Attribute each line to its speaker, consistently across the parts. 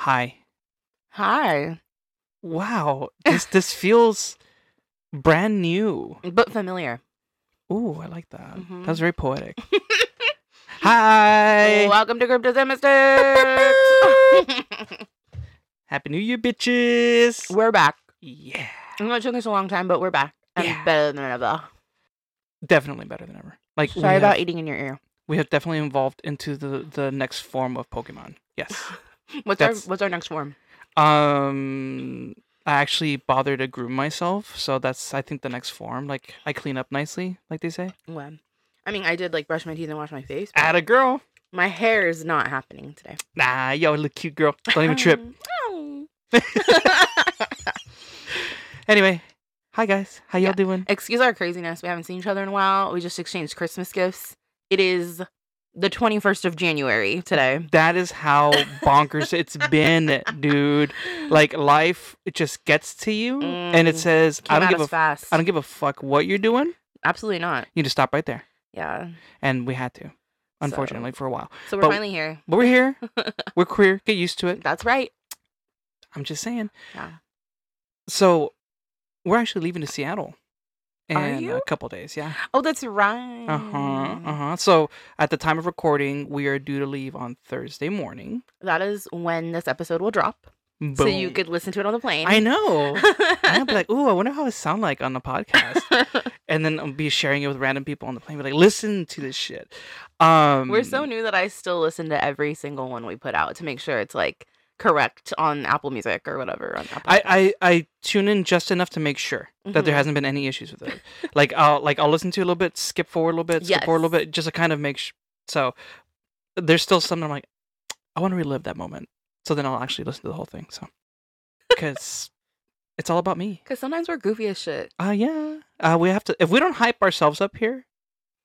Speaker 1: Hi.
Speaker 2: Hi.
Speaker 1: Wow. This this feels brand new.
Speaker 2: But familiar.
Speaker 1: Ooh, I like that.
Speaker 2: Mhm.
Speaker 1: That was very poetic. Hi.
Speaker 2: Welcome to Crypto Mystics.
Speaker 1: Happy New Year, bitches.
Speaker 2: we're back.
Speaker 1: Yeah.
Speaker 2: I know it took us a long time, but we're back. And
Speaker 1: Yeah.
Speaker 2: better than ever.
Speaker 1: Definitely better than ever. Like we
Speaker 2: Sorry about
Speaker 1: have,
Speaker 2: eating in your ear.
Speaker 1: we have definitely evolved into the the next form of Pokemon. Yes.
Speaker 2: What's
Speaker 1: That's-
Speaker 2: our what's our next form?
Speaker 1: Um I actually bother to groom myself, so that's I think the next form. Like I clean up nicely, like they say.
Speaker 2: When? I mean I did like brush my teeth and wash my face. but
Speaker 1: At a girl.
Speaker 2: my hair is not happening today.
Speaker 1: Nah, yo, look cute girl. Don't even trip.
Speaker 2: Oh.
Speaker 1: Anyway, hi guys. How y'all
Speaker 2: Yeah.
Speaker 1: doing?
Speaker 2: Excuse our craziness. We haven't seen each other in a while. We just exchanged Christmas gifts. It is the twenty first of January today.
Speaker 1: That is how bonkers it's been, dude. Like life it just gets to you and it
Speaker 2: Mm.
Speaker 1: says I
Speaker 2: Came
Speaker 1: don't
Speaker 2: at
Speaker 1: give a
Speaker 2: us
Speaker 1: f-
Speaker 2: fast.
Speaker 1: I don't give a fuck what you're doing.
Speaker 2: Absolutely not.
Speaker 1: You just stop right there.
Speaker 2: Yeah.
Speaker 1: And we had to. Unfortunately for a while.
Speaker 2: So we're
Speaker 1: But-
Speaker 2: finally here.
Speaker 1: But we're here. we're queer. Get used to it.
Speaker 2: That's right.
Speaker 1: I'm just saying.
Speaker 2: Yeah.
Speaker 1: So we're actually leaving to Seattle in
Speaker 2: Are
Speaker 1: a
Speaker 2: you?
Speaker 1: couple days. Yeah.
Speaker 2: Oh, that's right.
Speaker 1: Uh huh. Uh huh. So at the time of recording, we are due to leave on Thursday morning.
Speaker 2: That is when this episode will drop.
Speaker 1: Boom.
Speaker 2: So you could listen to it on the plane.
Speaker 1: I know. I'm be like, ooh, I wonder how it sound like on the podcast, and then I'll be sharing it with random people on the plane. Be like, listen to this shit. Um,
Speaker 2: We're so new that I still listen to every single one we put out to make sure it's like correct on Apple Music or whatever on Apple.
Speaker 1: I, I I tune in just enough to make sure that there
Speaker 2: Mhm.
Speaker 1: hasn't been any issues with it. like I'll like I'll listen to it a little bit, skip forward a little bit, skip forward a little
Speaker 2: Yes.
Speaker 1: bit, just to kind of make sure. So there's still something I'm like, I want to relive that moment. So then I'll actually listen to the whole thing. So because it's all about me.
Speaker 2: Because sometimes we're goofy as shit.
Speaker 1: Uh yeah. Uh, we have to if we don't hype ourselves up here,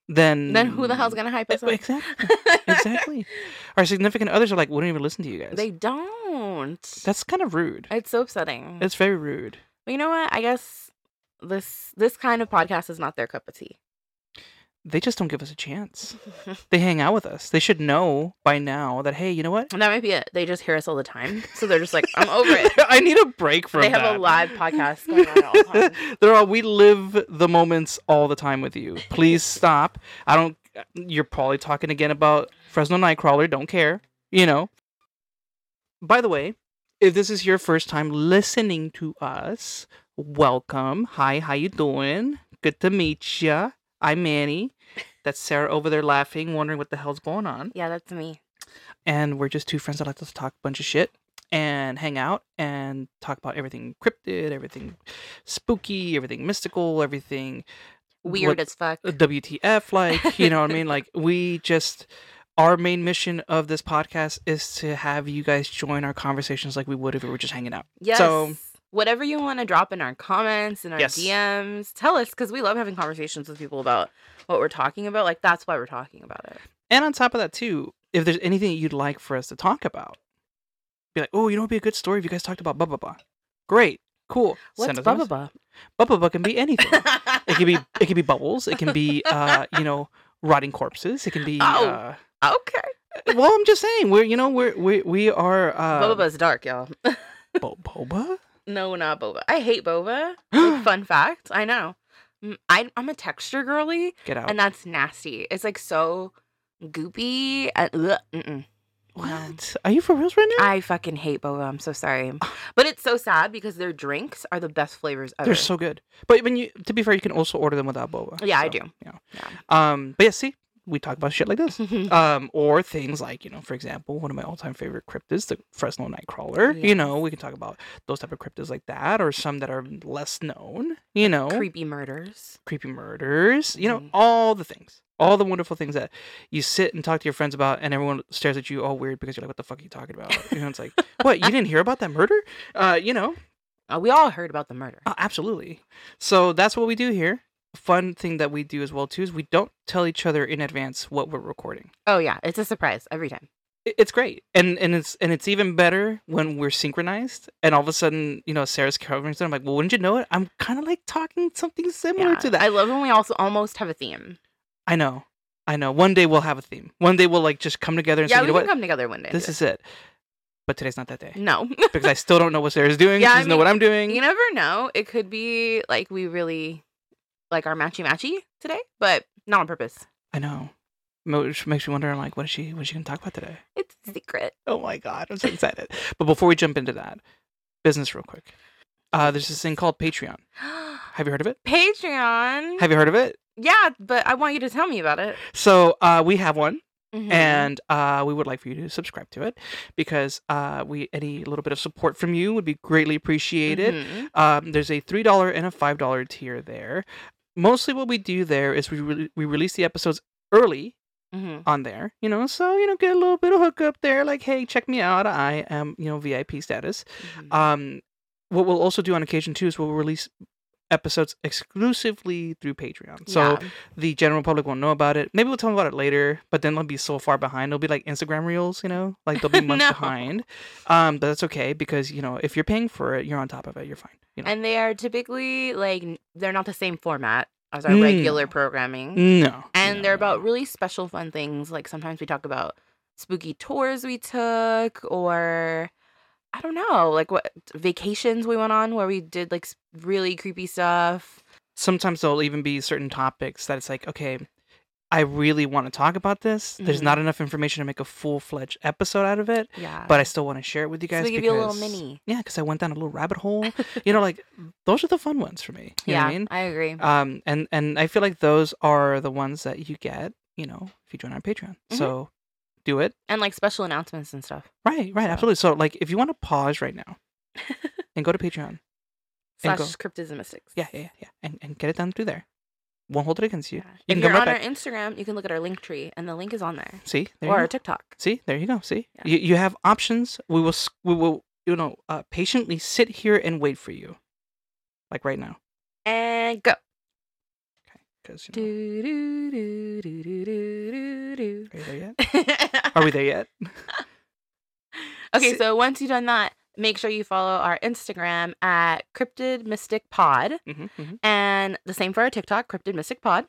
Speaker 1: then
Speaker 2: Then who the hell's gonna hype us
Speaker 1: E-
Speaker 2: up?
Speaker 1: exactly exactly. Our significant others are like, we don't even listen to you guys.
Speaker 2: they don't.
Speaker 1: That's kind of rude.
Speaker 2: it's so upsetting.
Speaker 1: It's very rude.
Speaker 2: But you know what? I guess this this kind of podcast is not their cup of tea.
Speaker 1: They just don't give us a chance. they hang out with us. They should know by now that hey, you know what?
Speaker 2: And that might be it. They just hear us all the time. So they're just like, I'm over it.
Speaker 1: I need a break from
Speaker 2: they have
Speaker 1: that.
Speaker 2: a live podcast going on at all times.
Speaker 1: They're all we live the moments all the time with you. Please stop. I don't. You're probably talking again about Fresno Nightcrawler. Don't care. You know. By the way, if this is your first time listening to us, welcome. Hi, how you doing? Good to meet ya. I'm Manny. That's Sarah over there laughing, wondering what the hell's going on
Speaker 2: Yeah, that's me.
Speaker 1: and we're just two friends that like to talk a bunch of shit and hang out and talk about everything cryptid, everything spooky, everything mystical, everything
Speaker 2: Weird as fuck.
Speaker 1: what- uh, WTF like, you know what I mean? Like we just our main mission of this podcast is to have you guys join our conversations like we would if we were just hanging out.
Speaker 2: Yes.
Speaker 1: so-
Speaker 2: Whatever you want to drop in our comments and our
Speaker 1: Yes.
Speaker 2: DMs, tell us because we love having conversations with people about what we're talking about. Like that's why we're talking about it.
Speaker 1: And on top of that too, if there's anything that you'd like for us to talk about, be like, oh, you know, it'd be a good story if you guys talked about blah blah blah. Great, cool.
Speaker 2: What's
Speaker 1: us a message.
Speaker 2: blah
Speaker 1: Blah blah blah can be anything. It can be it can be bubbles. It can be uh, you know rotting corpses. It can be
Speaker 2: Oh.
Speaker 1: uh,
Speaker 2: okay.
Speaker 1: well. I'm just saying we're you know we're we we are uh,
Speaker 2: Boba Boba's dark, y'all.
Speaker 1: bo- boba.
Speaker 2: No, not boba. I hate boba. Like, fun fact, I know. Mm, I, I'm a texture girly,
Speaker 1: Get out.
Speaker 2: and um, that's nasty. It's like so goopy. And, ugh, mm-mm.
Speaker 1: what are you for reals right now?
Speaker 2: I fucking hate boba. I'm so sorry. But it's so sad because their drinks are the best flavors ever.
Speaker 1: They're so good. But when you to be fair, you can also order them without boba.
Speaker 2: Yeah, I
Speaker 1: so,
Speaker 2: do.
Speaker 1: You know. Um, but yeah, see, we talk about shit like this. Um, or things like you know, for example, one of my all-time favorite cryptids, the Fresno Nightcrawler. You
Speaker 2: Yes.
Speaker 1: know, we can talk about those type of cryptids like that, or some that are less known. You know,
Speaker 2: Creepy murders.
Speaker 1: creepy murders, you know,
Speaker 2: Mhm.
Speaker 1: all the things, all the wonderful things that you sit and talk to your friends about, and everyone stares at you all weird because you're like, what the fuck are you talking about? You know, it's like, what, you didn't hear about that murder? Uh, you know,
Speaker 2: Uh, we all heard about the murder.
Speaker 1: uh, absolutely. So that's what we do here. Fun thing that we do as well, too, is we don't tell each other in advance what we're recording.
Speaker 2: Oh yeah, it's a surprise every time.
Speaker 1: I- It's great, and and it's and it's even better when we're synchronized. And all of a sudden, you know, Sarah's covering something. I'm like, well, wouldn't you know it? I'm kind of like talking something similar
Speaker 2: Yeah.
Speaker 1: to that.
Speaker 2: I love when we also almost have a theme.
Speaker 1: I know. I know. One day we'll have a theme. One day we'll like just come together and
Speaker 2: Yeah,
Speaker 1: say,
Speaker 2: we
Speaker 1: you know
Speaker 2: can
Speaker 1: what?
Speaker 2: come together one day. and
Speaker 1: This
Speaker 2: do it.
Speaker 1: is it. But today's not that day
Speaker 2: No.
Speaker 1: because I still don't know what Sarah's doing.
Speaker 2: Yeah,
Speaker 1: she
Speaker 2: I
Speaker 1: doesn't know what I'm doing.
Speaker 2: you never know. It could be like we really like our matchy matchy today, but not on purpose.
Speaker 1: I know. Mo- Which makes me wonder. I'm like, what is she? What is she gonna talk about today?
Speaker 2: It's a secret.
Speaker 1: Oh my god, I'm so excited. but before we jump into that, business real quick. Uh, there's this thing called Patreon. Have you heard of
Speaker 2: Mm-hmm.
Speaker 1: it?
Speaker 2: Patreon.
Speaker 1: Have you heard of it?
Speaker 2: yeah, but I want you to tell me about it.
Speaker 1: So uh, we have one.
Speaker 2: Mhm.
Speaker 1: and uh, we would like for you to subscribe to it because uh, we any little bit of support from you would be greatly appreciated.
Speaker 2: Mhm.
Speaker 1: Um, there's a three dollar and a five dollar tier there. Mostly, what we do there is we re- we release the episodes early
Speaker 2: Mhm.
Speaker 1: on there, you know, so you know get a little bit of hookup there. Like, hey, check me out, I am you know VIP status.
Speaker 2: Mhm.
Speaker 1: Um, what we'll also do on occasion too is we'll release episodes exclusively through Patreon. So
Speaker 2: Yeah.
Speaker 1: the general public won't know about it. Maybe we'll tell them about it later, but then they'll be so far behind. It'll be like Instagram reels, you know, like they'll be months
Speaker 2: No.
Speaker 1: behind. Um, but that's okay because you know if you're paying for it, you're on top of it. You're fine. You know,
Speaker 2: and they are typically like n- they're not the same format as our
Speaker 1: Mm.
Speaker 2: regular programming.
Speaker 1: no.
Speaker 2: And
Speaker 1: no,
Speaker 2: they're
Speaker 1: no.
Speaker 2: about really special, fun things. Like sometimes we talk about spooky tours we took, or I don't know, like what vacations we went on where we did like s- really creepy stuff.
Speaker 1: Sometimes there'll even be certain topics that it's like, okay, I really want to talk about this. There's
Speaker 2: Mhm.
Speaker 1: not enough information to make a full fledged episode out of it,
Speaker 2: Yeah.
Speaker 1: but I still want to share it with you
Speaker 2: so
Speaker 1: guys.
Speaker 2: we give you a little
Speaker 1: because-
Speaker 2: mini.
Speaker 1: Yeah, because I went down a little rabbit hole. you know, like those are the fun ones for me. You know
Speaker 2: yeah,
Speaker 1: what I mean?
Speaker 2: agree.
Speaker 1: um and and i feel like those are the ones that you get you know if you join our patreon
Speaker 2: Mhm.
Speaker 1: so do it
Speaker 2: and like special announcements and stuff.
Speaker 1: right right
Speaker 2: So-
Speaker 1: absolutely so like if you want to pause right now and go to patreon And
Speaker 2: Slash cryptids and mystics.
Speaker 1: yeah yeah yeah, yeah and, and get it done through there won't hold it against you
Speaker 2: Yeah.
Speaker 1: you
Speaker 2: If
Speaker 1: can
Speaker 2: you're
Speaker 1: come right
Speaker 2: on
Speaker 1: back
Speaker 2: our Instagram, you can look at our link tree, and the link is on there,
Speaker 1: see there
Speaker 2: or
Speaker 1: you
Speaker 2: our
Speaker 1: go.
Speaker 2: TikTok.
Speaker 1: see there you go see
Speaker 2: Yeah.
Speaker 1: you, you have options we will s- we will you know uh, patiently sit here and wait for you like right now
Speaker 2: And go.
Speaker 1: because you know,
Speaker 2: Do, do, do, do, do, do, do,
Speaker 1: are you there yet
Speaker 2: do.
Speaker 1: are we there yet
Speaker 2: Okay,
Speaker 1: Si-
Speaker 2: so once you've done that, make sure you follow our Instagram at Cryptid Mystic Pod
Speaker 1: mm-hmm,
Speaker 2: and the same for our TikTok, Cryptid Mystic Pod.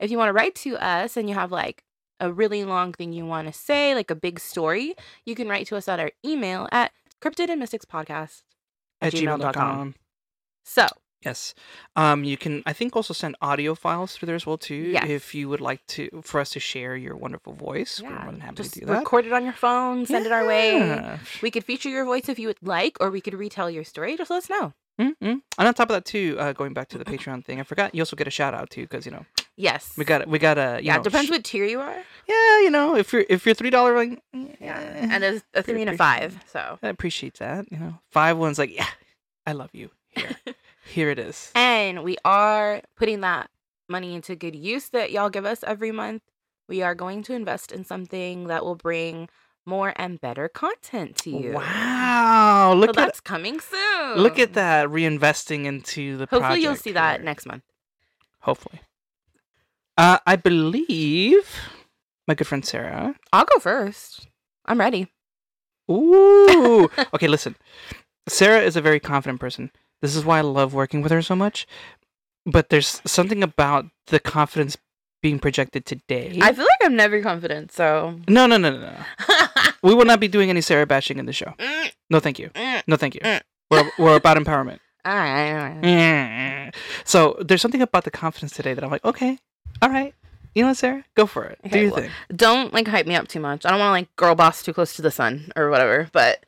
Speaker 2: If you want to write to us and you have like a really long thing you want to say, like a big story, you can write to us at our email at Cryptid and Mystics Podcast.
Speaker 1: at
Speaker 2: gmail.com.
Speaker 1: gmail.com
Speaker 2: So,
Speaker 1: Yes. Um, you can, I think, also send audio files through there as well too.
Speaker 2: Yes.
Speaker 1: If you would like to, for us to share your wonderful voice, we're more than happy
Speaker 2: just
Speaker 1: to do that.
Speaker 2: record it on your phone, send it our way.
Speaker 1: Yeah.
Speaker 2: We could feature your voice if you would like, or we could retell your story. Just let us know.
Speaker 1: Mm-mm. Mm-hmm. And on top of that too, uh, going back to the Patreon thing, I forgot you also get a shout out too because you know
Speaker 2: Yes.
Speaker 1: we got we got a you
Speaker 2: yeah,
Speaker 1: know,
Speaker 2: it depends
Speaker 1: sh-
Speaker 2: what tier you are.
Speaker 1: yeah you know if you're if you're three dollar like
Speaker 2: Yeah.
Speaker 1: eh,
Speaker 2: And there's a three and a
Speaker 1: appreciate
Speaker 2: five. So.
Speaker 1: I appreciate that you know five ones like yeah I love you here here it is
Speaker 2: And we are putting that money into good use that y'all give us every month. We are going to invest in something that will bring more and better content to you.
Speaker 1: wow
Speaker 2: So
Speaker 1: look at
Speaker 2: that's coming soon.
Speaker 1: look at that reinvesting into the
Speaker 2: Hopefully you'll
Speaker 1: project
Speaker 2: see that
Speaker 1: here.
Speaker 2: next month.
Speaker 1: Hopefully. Uh, I believe my good friend Sarah.
Speaker 2: I'll go first. I'm ready.
Speaker 1: Ooh. okay, listen. Sarah is a very confident person. This is why I love working with her so much. But there's something about the confidence being projected today.
Speaker 2: I feel like I'm never confident, so
Speaker 1: No, no, no, no, no. We will not be doing any Sarah bashing in the show.
Speaker 2: Mm,
Speaker 1: No, thank you.
Speaker 2: mm.
Speaker 1: No, thank you.
Speaker 2: Mm.
Speaker 1: We're, we're about empowerment.
Speaker 2: All right, all right.
Speaker 1: So there's something about the confidence today that I'm like, okay, all right. You know what, Sarah? Go for it. Do
Speaker 2: Okay,
Speaker 1: your
Speaker 2: well,
Speaker 1: thing.
Speaker 2: Don't like hype me up too much. I don't want to like girl boss too close to the sun or whatever, but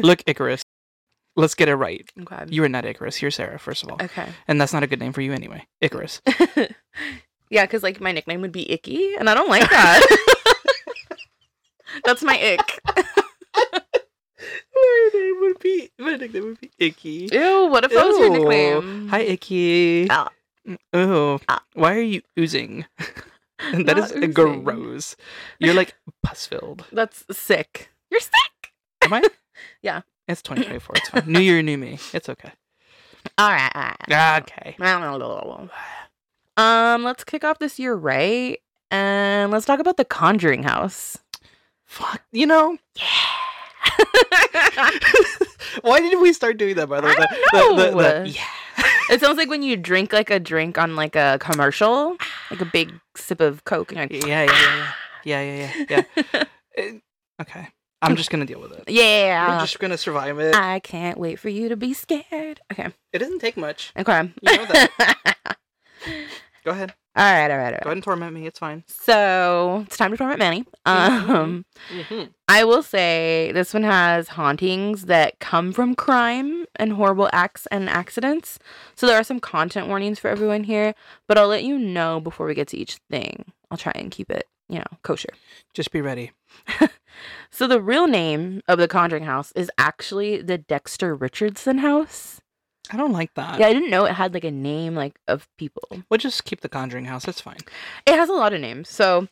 Speaker 1: Look, Icarus, let's get it right.
Speaker 2: okay.
Speaker 1: You are not Icarus. You're Sarah, first of all.
Speaker 2: Okay.
Speaker 1: And that's not a good name for you anyway. Icarus.
Speaker 2: yeah, because like my nickname would be Icky, and I don't like that. That's my ick.
Speaker 1: my name would be, my nickname would be Icky.
Speaker 2: Ew, what if that was your nickname?
Speaker 1: Hi, Icky.
Speaker 2: Mm. Ah.
Speaker 1: Oh,
Speaker 2: Ah.
Speaker 1: why are you oozing? And that
Speaker 2: Not
Speaker 1: is
Speaker 2: oozing.
Speaker 1: gross. You're like pus filled.
Speaker 2: That's sick. You're sick.
Speaker 1: Am I?
Speaker 2: Yeah.
Speaker 1: It's 2024. It's fine. New year, new me. It's okay.
Speaker 2: All right, all right.
Speaker 1: Okay.
Speaker 2: Um, let's kick off this year, right? And let's talk about the Conjuring House.
Speaker 1: Fuck. You know, why did we start doing that, by the way?
Speaker 2: I
Speaker 1: The-
Speaker 2: don't
Speaker 1: the- the-
Speaker 2: know.
Speaker 1: the- yeah.
Speaker 2: it sounds like when you drink like a drink on like a commercial, like a big sip of Coke, and you're like,
Speaker 1: Yeah, yeah, yeah, yeah, yeah, yeah, yeah. yeah. Uh, okay. I'm just gonna deal with it. I'm
Speaker 2: Yeah. Ah.
Speaker 1: just gonna survive it.
Speaker 2: I can't wait for you to be scared. Okay.
Speaker 1: It doesn't take much.
Speaker 2: Okay.
Speaker 1: You know that. Go ahead.
Speaker 2: all right.
Speaker 1: Go
Speaker 2: All right. All right.
Speaker 1: ahead and torment me. It's fine.
Speaker 2: So it's time to torment Manny.
Speaker 1: Mhm.
Speaker 2: Um, I will say this one has hauntings that come from crime and horrible acts and accidents. So there are some content warnings for everyone here, but I'll let you know before we get to each thing. I'll try and keep it, you know, kosher.
Speaker 1: Just be ready.
Speaker 2: So the real name of the Conjuring House is actually the Dexter Richardson House.
Speaker 1: I don't like that.
Speaker 2: Yeah, I didn't know it had like a name like of people.
Speaker 1: We'll just keep the Conjuring House. That's fine.
Speaker 2: It has a lot of names. So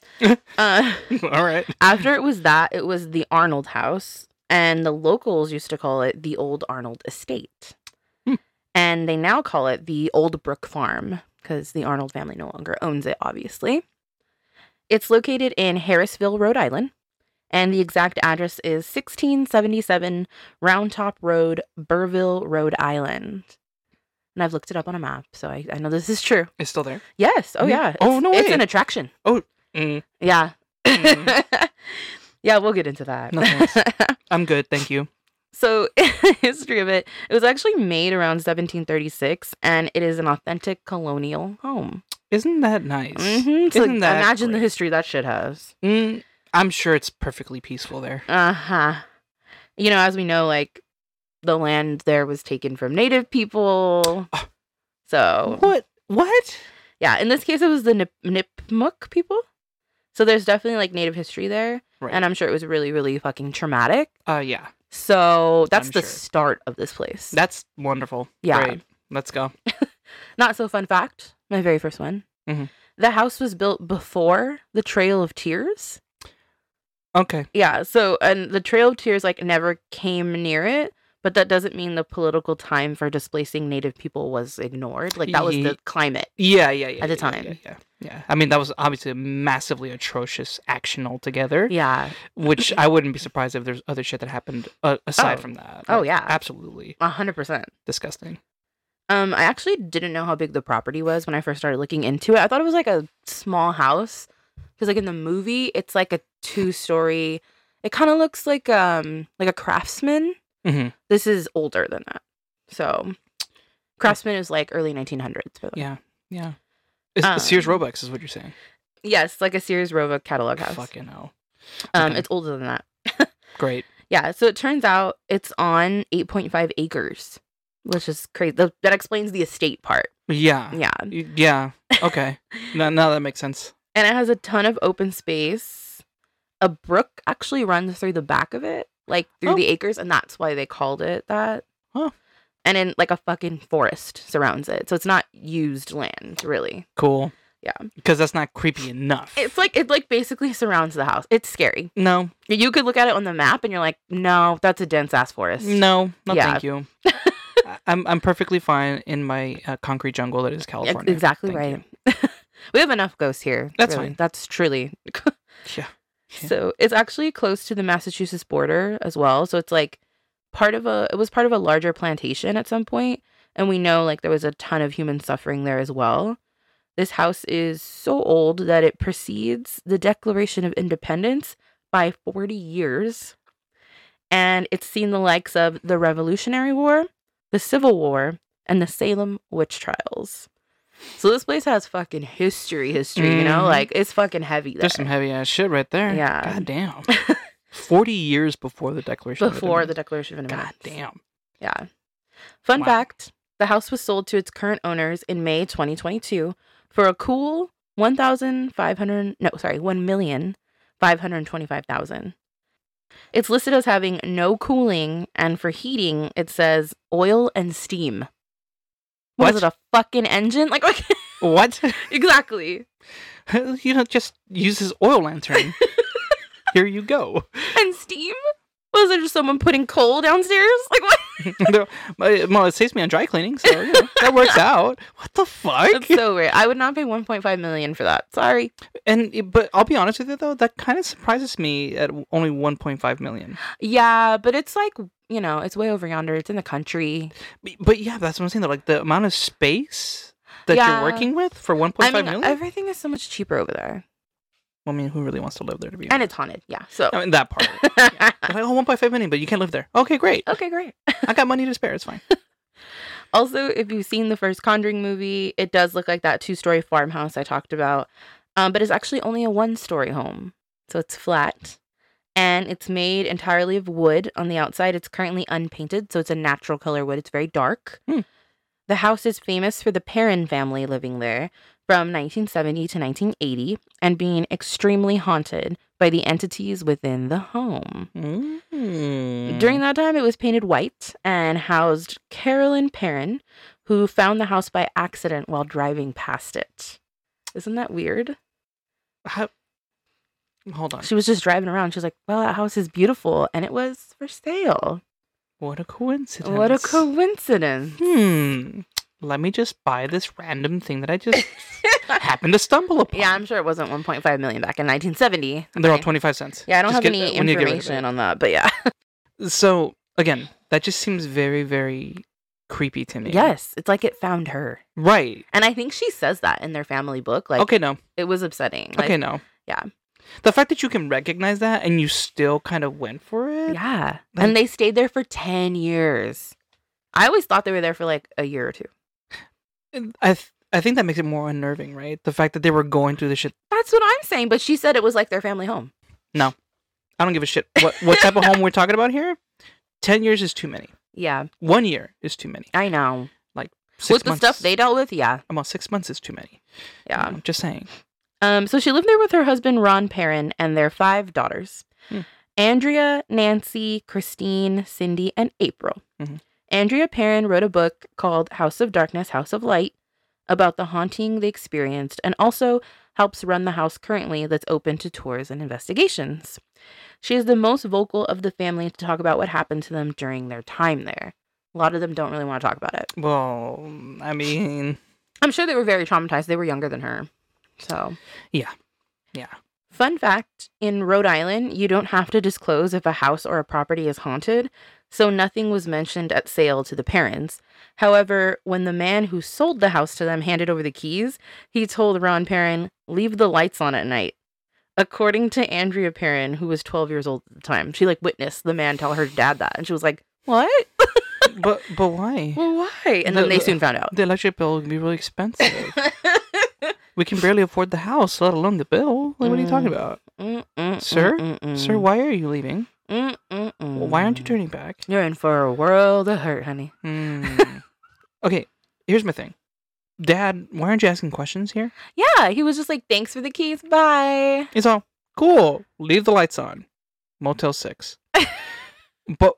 Speaker 2: uh
Speaker 1: All right.
Speaker 2: after it was that, it was the Arnold House, and the locals used to call it the Old Arnold Estate.
Speaker 1: Hmm.
Speaker 2: And they now call it the Old Brook Farm because the Arnold family no longer owns it, obviously. It's located in Harrisville, Rhode Island, and the exact address is 1677 Round Top Road, Burville, Rhode Island. And I've looked it up on a map, so I, I know this is true.
Speaker 1: It's still there.
Speaker 2: Yes. Oh,
Speaker 1: Mm.
Speaker 2: yeah.
Speaker 1: Oh,
Speaker 2: It's-
Speaker 1: no
Speaker 2: It's
Speaker 1: way.
Speaker 2: an attraction.
Speaker 1: Mm,
Speaker 2: Yeah.
Speaker 1: Mhm.
Speaker 2: yeah, we'll get into that.
Speaker 1: No, thanks. I'm good. Thank you.
Speaker 2: so, history of it. It was actually made around 1736 and it is an authentic colonial home.
Speaker 1: Isn't that nice?
Speaker 2: Mhm, So
Speaker 1: Isn't that
Speaker 2: imagine the
Speaker 1: great?
Speaker 2: history that shit has.
Speaker 1: Mm, I'm sure it's perfectly peaceful there.
Speaker 2: Uh-huh. You know, as we know like the land there was taken from native people.
Speaker 1: Ah.
Speaker 2: So,
Speaker 1: What? What?
Speaker 2: yeah, in this case it was the Nip- Nipmuc people. So there's definitely like native history there
Speaker 1: Right.
Speaker 2: and I'm sure it was really really fucking traumatic.
Speaker 1: uh, yeah.
Speaker 2: So that's
Speaker 1: I'm
Speaker 2: the
Speaker 1: sure.
Speaker 2: start of this place.
Speaker 1: That's wonderful.
Speaker 2: Yeah.
Speaker 1: Great. Let's go.
Speaker 2: Not so fun fact, my very first one.
Speaker 1: Mhm.
Speaker 2: The house was built before the Trail of Tears.
Speaker 1: Okay.
Speaker 2: Yeah, so and the Trail of Tears like never came near it, but that doesn't mean the political time for displacing native people was ignored. Like that was
Speaker 1: Ye-
Speaker 2: the climate.
Speaker 1: Yeah, yeah, yeah.
Speaker 2: At the
Speaker 1: yeah, yeah,
Speaker 2: time.
Speaker 1: Yeah, yeah. Yeah. I mean, that was obviously a massively atrocious action altogether,
Speaker 2: Yeah.
Speaker 1: which I wouldn't be surprised if there's other shit that happened uh, aside
Speaker 2: Oh.
Speaker 1: from that.
Speaker 2: Oh, yeah.
Speaker 1: Absolutely
Speaker 2: a 100%.
Speaker 1: disgusting.
Speaker 2: Um I actually didn't know how big the property was when I first started looking into it. I thought it was like a small house cuz like in the movie it's like a two-story it kind of looks like um like a craftsman
Speaker 1: hmm
Speaker 2: this is older than that. So Craftsman is like early 1900s. For them.
Speaker 1: Yeah. Yeah. It's, it's Sears
Speaker 2: Um,
Speaker 1: Roebuck is what you're saying.
Speaker 2: Yes, like a Sears Roebuck catalog house.
Speaker 1: Fucking hell.
Speaker 2: Um,
Speaker 1: okay.
Speaker 2: It's older than that.
Speaker 1: Great.
Speaker 2: Yeah, so it turns out it's on 8.5 acres, which is crazy. Th- That explains the estate part.
Speaker 1: Yeah.
Speaker 2: Yeah.
Speaker 1: Y- Yeah. Okay. now, now that makes sense.
Speaker 2: And it has a ton of open space. A brook actually runs through the back of it, like through
Speaker 1: Oh.
Speaker 2: the acres, and that's why they called it that.
Speaker 1: Huh.
Speaker 2: And then, like, a fucking forest surrounds it. So it's not used land, really.
Speaker 1: Cool.
Speaker 2: Yeah.
Speaker 1: Because that's not creepy enough.
Speaker 2: It's like it like basically surrounds the house. It's scary.
Speaker 1: no,
Speaker 2: You could look at it on the map and you're like, no, that's a dense ass forest.
Speaker 1: no, no,
Speaker 2: Yeah.
Speaker 1: thank you. I- I'm I'm perfectly fine in my uh, concrete jungle that is
Speaker 2: Ex-
Speaker 1: California.
Speaker 2: exactly
Speaker 1: Thank
Speaker 2: right. we have enough ghosts here.
Speaker 1: That's
Speaker 2: really.
Speaker 1: fine.
Speaker 2: That's truly.
Speaker 1: Yeah. Yeah.
Speaker 2: So it's actually close to the Massachusetts border as well. So it's like part of a. It was part of a larger plantation at some point, and we know like there was a ton of human suffering there as well. This house is so old that it precedes the Declaration of Independence by 40 years. And it's seen the likes of the Revolutionary War, the Civil War, and the Salem witch trials. So this place has fucking history, history, you know?
Speaker 1: Mhm.
Speaker 2: Like it's fucking heavy there.
Speaker 1: There's some heavy ass shit right there.
Speaker 2: Yeah.
Speaker 1: God damn. Forty years before the Declaration. of
Speaker 2: before the
Speaker 1: Independence.
Speaker 2: Declaration of Independence.
Speaker 1: God damn.
Speaker 2: Yeah. Fun
Speaker 1: Wow.
Speaker 2: fact the house was sold to its current owners in May 2022 for a cool 1,500, no, sorry, 1,525,000. It's listed as having no cooling, and for heating, it says oil and steam. Was
Speaker 1: What?
Speaker 2: it a fucking engine? Like, okay,
Speaker 1: What?
Speaker 2: exactly.
Speaker 1: you know, just use his oil lantern. Here you go.
Speaker 2: And steam? Was it just someone putting coal downstairs? Like, what?
Speaker 1: No, my- uh, well, it saves me on dry cleaning, so you know, that works out. What the fuck?
Speaker 2: That's so weird. I would not pay 1.5 million for that. Sorry.
Speaker 1: And it- but I'll be honest with you though, that kind of surprises me at w- only 1.5 million.
Speaker 2: Yeah, but it's like you know, it's way over yonder. It's in the country.
Speaker 1: B- But yeah, that's what I'm saying. Though. Like the amount of space that
Speaker 2: Yeah.
Speaker 1: you're working with for
Speaker 2: I
Speaker 1: 1.5
Speaker 2: mean,
Speaker 1: million.
Speaker 2: everything is so much cheaper over there.
Speaker 1: Well, I mean, who really wants to live there to be?
Speaker 2: And it's haunted. Yeah. So.
Speaker 1: I mean, that part. They're like, oh, 1.5 million, but you can't live there. Okay, great.
Speaker 2: okay, great.
Speaker 1: I got money to spare. It's fine.
Speaker 2: Also, if you've seen the first Conjuring movie, it does look like that two story farmhouse I talked about, um, but it's actually only a one story home. So it's flat and it's made entirely of wood on the outside. It's currently unpainted, so it's a natural color wood. It's very dark.
Speaker 1: Hmm.
Speaker 2: The house is famous for the Perrin family living there from 1970 to 1980 and being extremely haunted by the entities within the home.
Speaker 1: Mm.
Speaker 2: During that time, it was painted white and housed Carolyn Perrin, who found the house by accident while driving past it. Isn't that weird?
Speaker 1: How- Hold on.
Speaker 2: She was just driving around. She was like, Well, that house is beautiful. And it was for sale.
Speaker 1: What a coincidence.
Speaker 2: What a coincidence.
Speaker 1: Hmm. Let me just buy this random thing that I just happened to stumble upon.
Speaker 2: yeah, I'm sure it wasn't 1.5 million back in 1970.
Speaker 1: And they're all
Speaker 2: Okay.
Speaker 1: 25 cents.
Speaker 2: Yeah, I don't
Speaker 1: Just
Speaker 2: have
Speaker 1: get-
Speaker 2: any
Speaker 1: we need to get rid of
Speaker 2: information on that, but yeah.
Speaker 1: it. So, again, that just seems very, very creepy to me.
Speaker 2: Yes, it's like it found her.
Speaker 1: Right.
Speaker 2: And I think she says that in their family book. Like,
Speaker 1: okay, no.
Speaker 2: it was upsetting. Like,
Speaker 1: Okay, no.
Speaker 2: yeah.
Speaker 1: The fact that you can recognize that and you still kind of went for it.
Speaker 2: Yeah.
Speaker 1: Like-
Speaker 2: and they stayed there for 10 years. I always thought they were there for like a year or two.
Speaker 1: and I, th- I think that makes it more unnerving, right? The fact that they were going through this shit.
Speaker 2: That's what I'm saying. But she said it was like their family home.
Speaker 1: I don't give a shit what, what type of home we're talking about here. 10 years is too many.
Speaker 2: Yeah,
Speaker 1: One year is too many.
Speaker 2: I know.
Speaker 1: Six
Speaker 2: With
Speaker 1: months,
Speaker 2: the stuff they dealt with, yeah.
Speaker 1: About six months is too many.
Speaker 2: Yeah.
Speaker 1: I'm just saying.
Speaker 2: Um, so she lived there with her husband, Ron Perrin, and their five daughters
Speaker 1: Hmm.
Speaker 2: Andrea, Nancy, Christine, Cindy, and April.
Speaker 1: Mhm.
Speaker 2: Andrea Perrin wrote a book called House of Darkness, House of Light about the haunting they experienced and also helps run the house currently that's open to tours and investigations. She is the most vocal of the family to talk about what happened to them during their time there. A lot of them don't really want to talk about it.
Speaker 1: Well, I mean,
Speaker 2: I'm sure they were very traumatized. They were younger than her. So,
Speaker 1: Yeah. Yeah.
Speaker 2: Fun fact in Rhode Island, you don't have to disclose if a house or a property is haunted. So, nothing was mentioned at sale to the parents. However, when the man who sold the house to them handed over the keys, he told Ron Perrin, leave the lights on at night. According to Andrea Perrin, who was 12 years old at the time, she like witnessed the man tell her dad that. And she was like, what?
Speaker 1: but but why?
Speaker 2: Well, why? And then they soon found out.
Speaker 1: The electric bill would be really expensive. we can barely afford the house, let alone the bill. Like, what are you talking about, Sir?
Speaker 2: Mm.
Speaker 1: sir? Why are you leaving? Well, Why aren't you turning back?
Speaker 2: You're in for a world of hurt, honey.
Speaker 1: Hmm. okay, here's my thing, Dad. Why aren't you asking questions here?
Speaker 2: Yeah, he was just like, thanks for the keys. Bye.
Speaker 1: It's all cool. Leave the lights on. Motel Six. but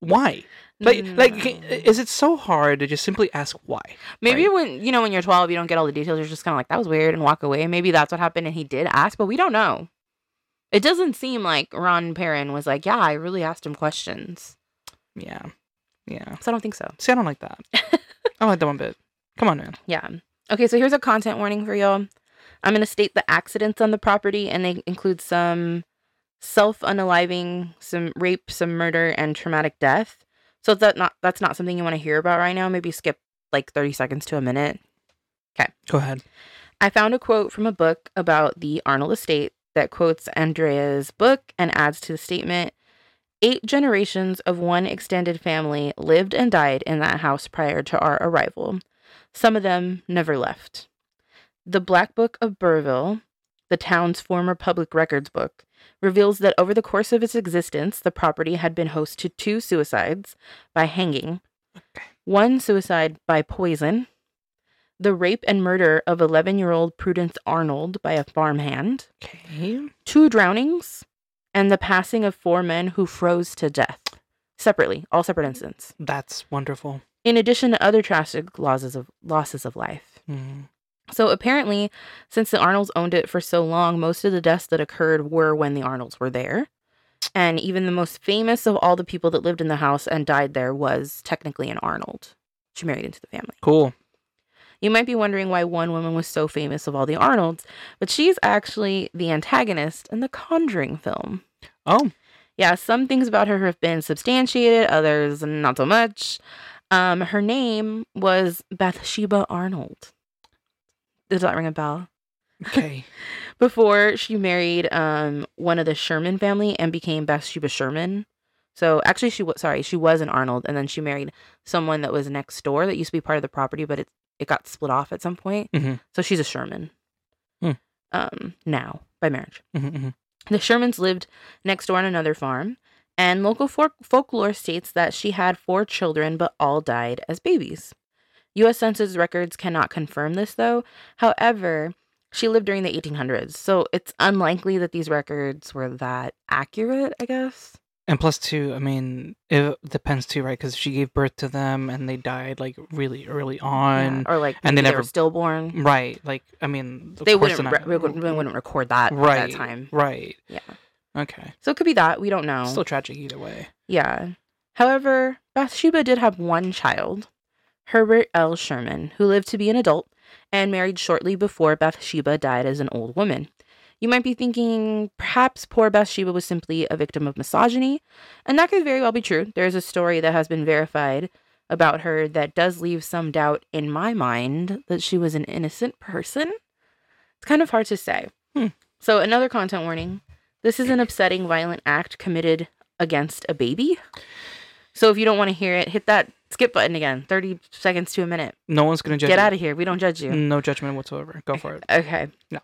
Speaker 1: why? Like, like,
Speaker 2: Mm.
Speaker 1: can- is it so hard to just simply ask why?
Speaker 2: uh, maybe
Speaker 1: right.
Speaker 2: when you know when you're 12, you don't get all the details. You're just kind of like, that was weird, and walk away. Maybe that's what happened, and he did ask, but we don't know. It doesn't seem like Ron Perrin was like, yeah, I really asked him questions.
Speaker 1: Yeah, yeah.
Speaker 2: So I don't think so.
Speaker 1: See, I don't like that. I don't like that one bit. Come on, man.
Speaker 2: Yeah. Okay, so here's a content warning for y'all. I'm going to state the accidents on the property, and they include some self unaliving, some rape, some murder, and traumatic death. So that not that's not something you want to hear about right now. Maybe skip like 30 seconds to a minute.
Speaker 1: Go ahead.
Speaker 2: I found a quote from a book about the Arnold estate that quotes Andrea's book and adds to the statement Eight generations of one extended family lived and died in that house prior to our arrival. Some of them never left. The Black Book of Burville, the town's former public records book, reveals that over the course of its existence, the property had been host to two suicides by hanging,
Speaker 1: Okay.
Speaker 2: one suicide by poison, the rape and murder of 11 year old Prudence Arnold by a farmhand,
Speaker 1: Okay.
Speaker 2: two drownings, and the passing of four men who froze to death separately, all separate incidents,
Speaker 1: That's wonderful.
Speaker 2: in addition to other tragic losses of, losses of life.
Speaker 1: Mm.
Speaker 2: So apparently, since the Arnolds owned it for so long, most of the deaths that occurred were when the Arnolds were there. And even the most famous of all the people that lived in the house and died there was technically an Arnold. She married into the family.
Speaker 1: Cool.
Speaker 2: You might be wondering why one woman was so famous of all the Arnolds, but she's actually the antagonist in the Conjuring film.
Speaker 1: Oh,
Speaker 2: Yeah, some things about her have been substantiated, others not so much. Um, her name was Bathsheba Arnold. Does that ring a bell?
Speaker 1: Okay.
Speaker 2: before she married um one of the Sherman family and became Bathsheba Sherman. So actually, she was sorry, she was an Arnold, and then she married someone that was next door that used to be part of the property, but it it got split off at some point.
Speaker 1: Mhm.
Speaker 2: So she's a Sherman.
Speaker 1: Hmm.
Speaker 2: Um, now by marriage,
Speaker 1: Mhm, mhm.
Speaker 2: the Shermans lived next door on another farm, and local folk- folklore states that she had four children, but all died as babies. U.S. Census records cannot confirm this, though. However, she lived during the 1800s, so it's unlikely that these records were that accurate, I guess.
Speaker 1: And plus two, I mean, it depends too, right? Because she gave birth to them and they died like really early
Speaker 2: Yeah,
Speaker 1: on,
Speaker 2: or like,
Speaker 1: and they
Speaker 2: maybe
Speaker 1: never-
Speaker 2: were stillborn.
Speaker 1: right? Like, I mean, of
Speaker 2: They
Speaker 1: course
Speaker 2: wouldn't,
Speaker 1: they're
Speaker 2: re-
Speaker 1: not-
Speaker 2: we wouldn't, we wouldn't record that at
Speaker 1: right
Speaker 2: that time.
Speaker 1: right?
Speaker 2: Yeah.
Speaker 1: Okay,
Speaker 2: So it could be that. We don't know.
Speaker 1: still tragic either way.
Speaker 2: Yeah. However, Bathsheba did have one child, Herbert L. Sherman, who lived to be an adult and married shortly before Bathsheba died as an old woman. You might be thinking perhaps poor Bathsheba was simply a victim of misogyny, and that could very well be true. There is a story that has been verified about her that does leave some doubt in my mind that she was an innocent person. It's kind of hard to say.
Speaker 1: Hmm.
Speaker 2: So, another content warning this is an upsetting, violent act committed against a baby. So if you don't want to hear it, hit that skip button again. 30 seconds to a minute.
Speaker 1: No one's gonna judge.
Speaker 2: Get
Speaker 1: you.
Speaker 2: out of here. We don't judge you.
Speaker 1: No judgment whatsoever. Go for it.
Speaker 2: Okay.
Speaker 1: No.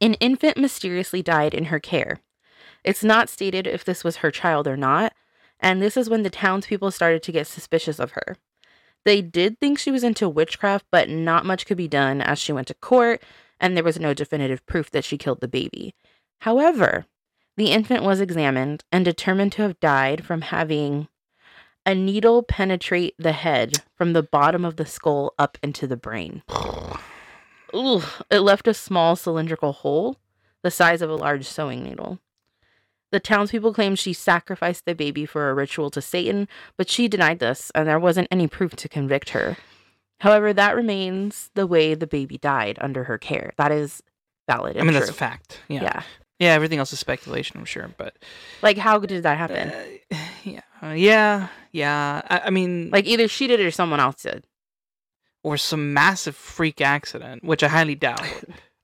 Speaker 2: An infant mysteriously died in her care. It's not stated if this was her child or not, and this is when the townspeople started to get suspicious of her. They did think she was into witchcraft, but not much could be done as she went to court and there was no definitive proof that she killed the baby. However, the infant was examined and determined to have died from having a needle penetrate the head from the bottom of the skull up into the brain. Ooh, it left a small cylindrical hole the size of a large sewing needle. The townspeople claimed she sacrificed the baby for a ritual to Satan, but she denied this, and there wasn't any proof to convict her. However, that remains the way the baby died under her care. That is valid.
Speaker 1: I
Speaker 2: and
Speaker 1: mean, that's a
Speaker 2: true.
Speaker 1: fact. Yeah.
Speaker 2: Yeah.
Speaker 1: yeah, Everything else is speculation, I'm sure, but
Speaker 2: Like, how did that happen?
Speaker 1: uh, yeah, uh, yeah, yeah. I, I mean,
Speaker 2: like, either she did it or someone else did.
Speaker 1: or some massive freak accident, which I highly doubt.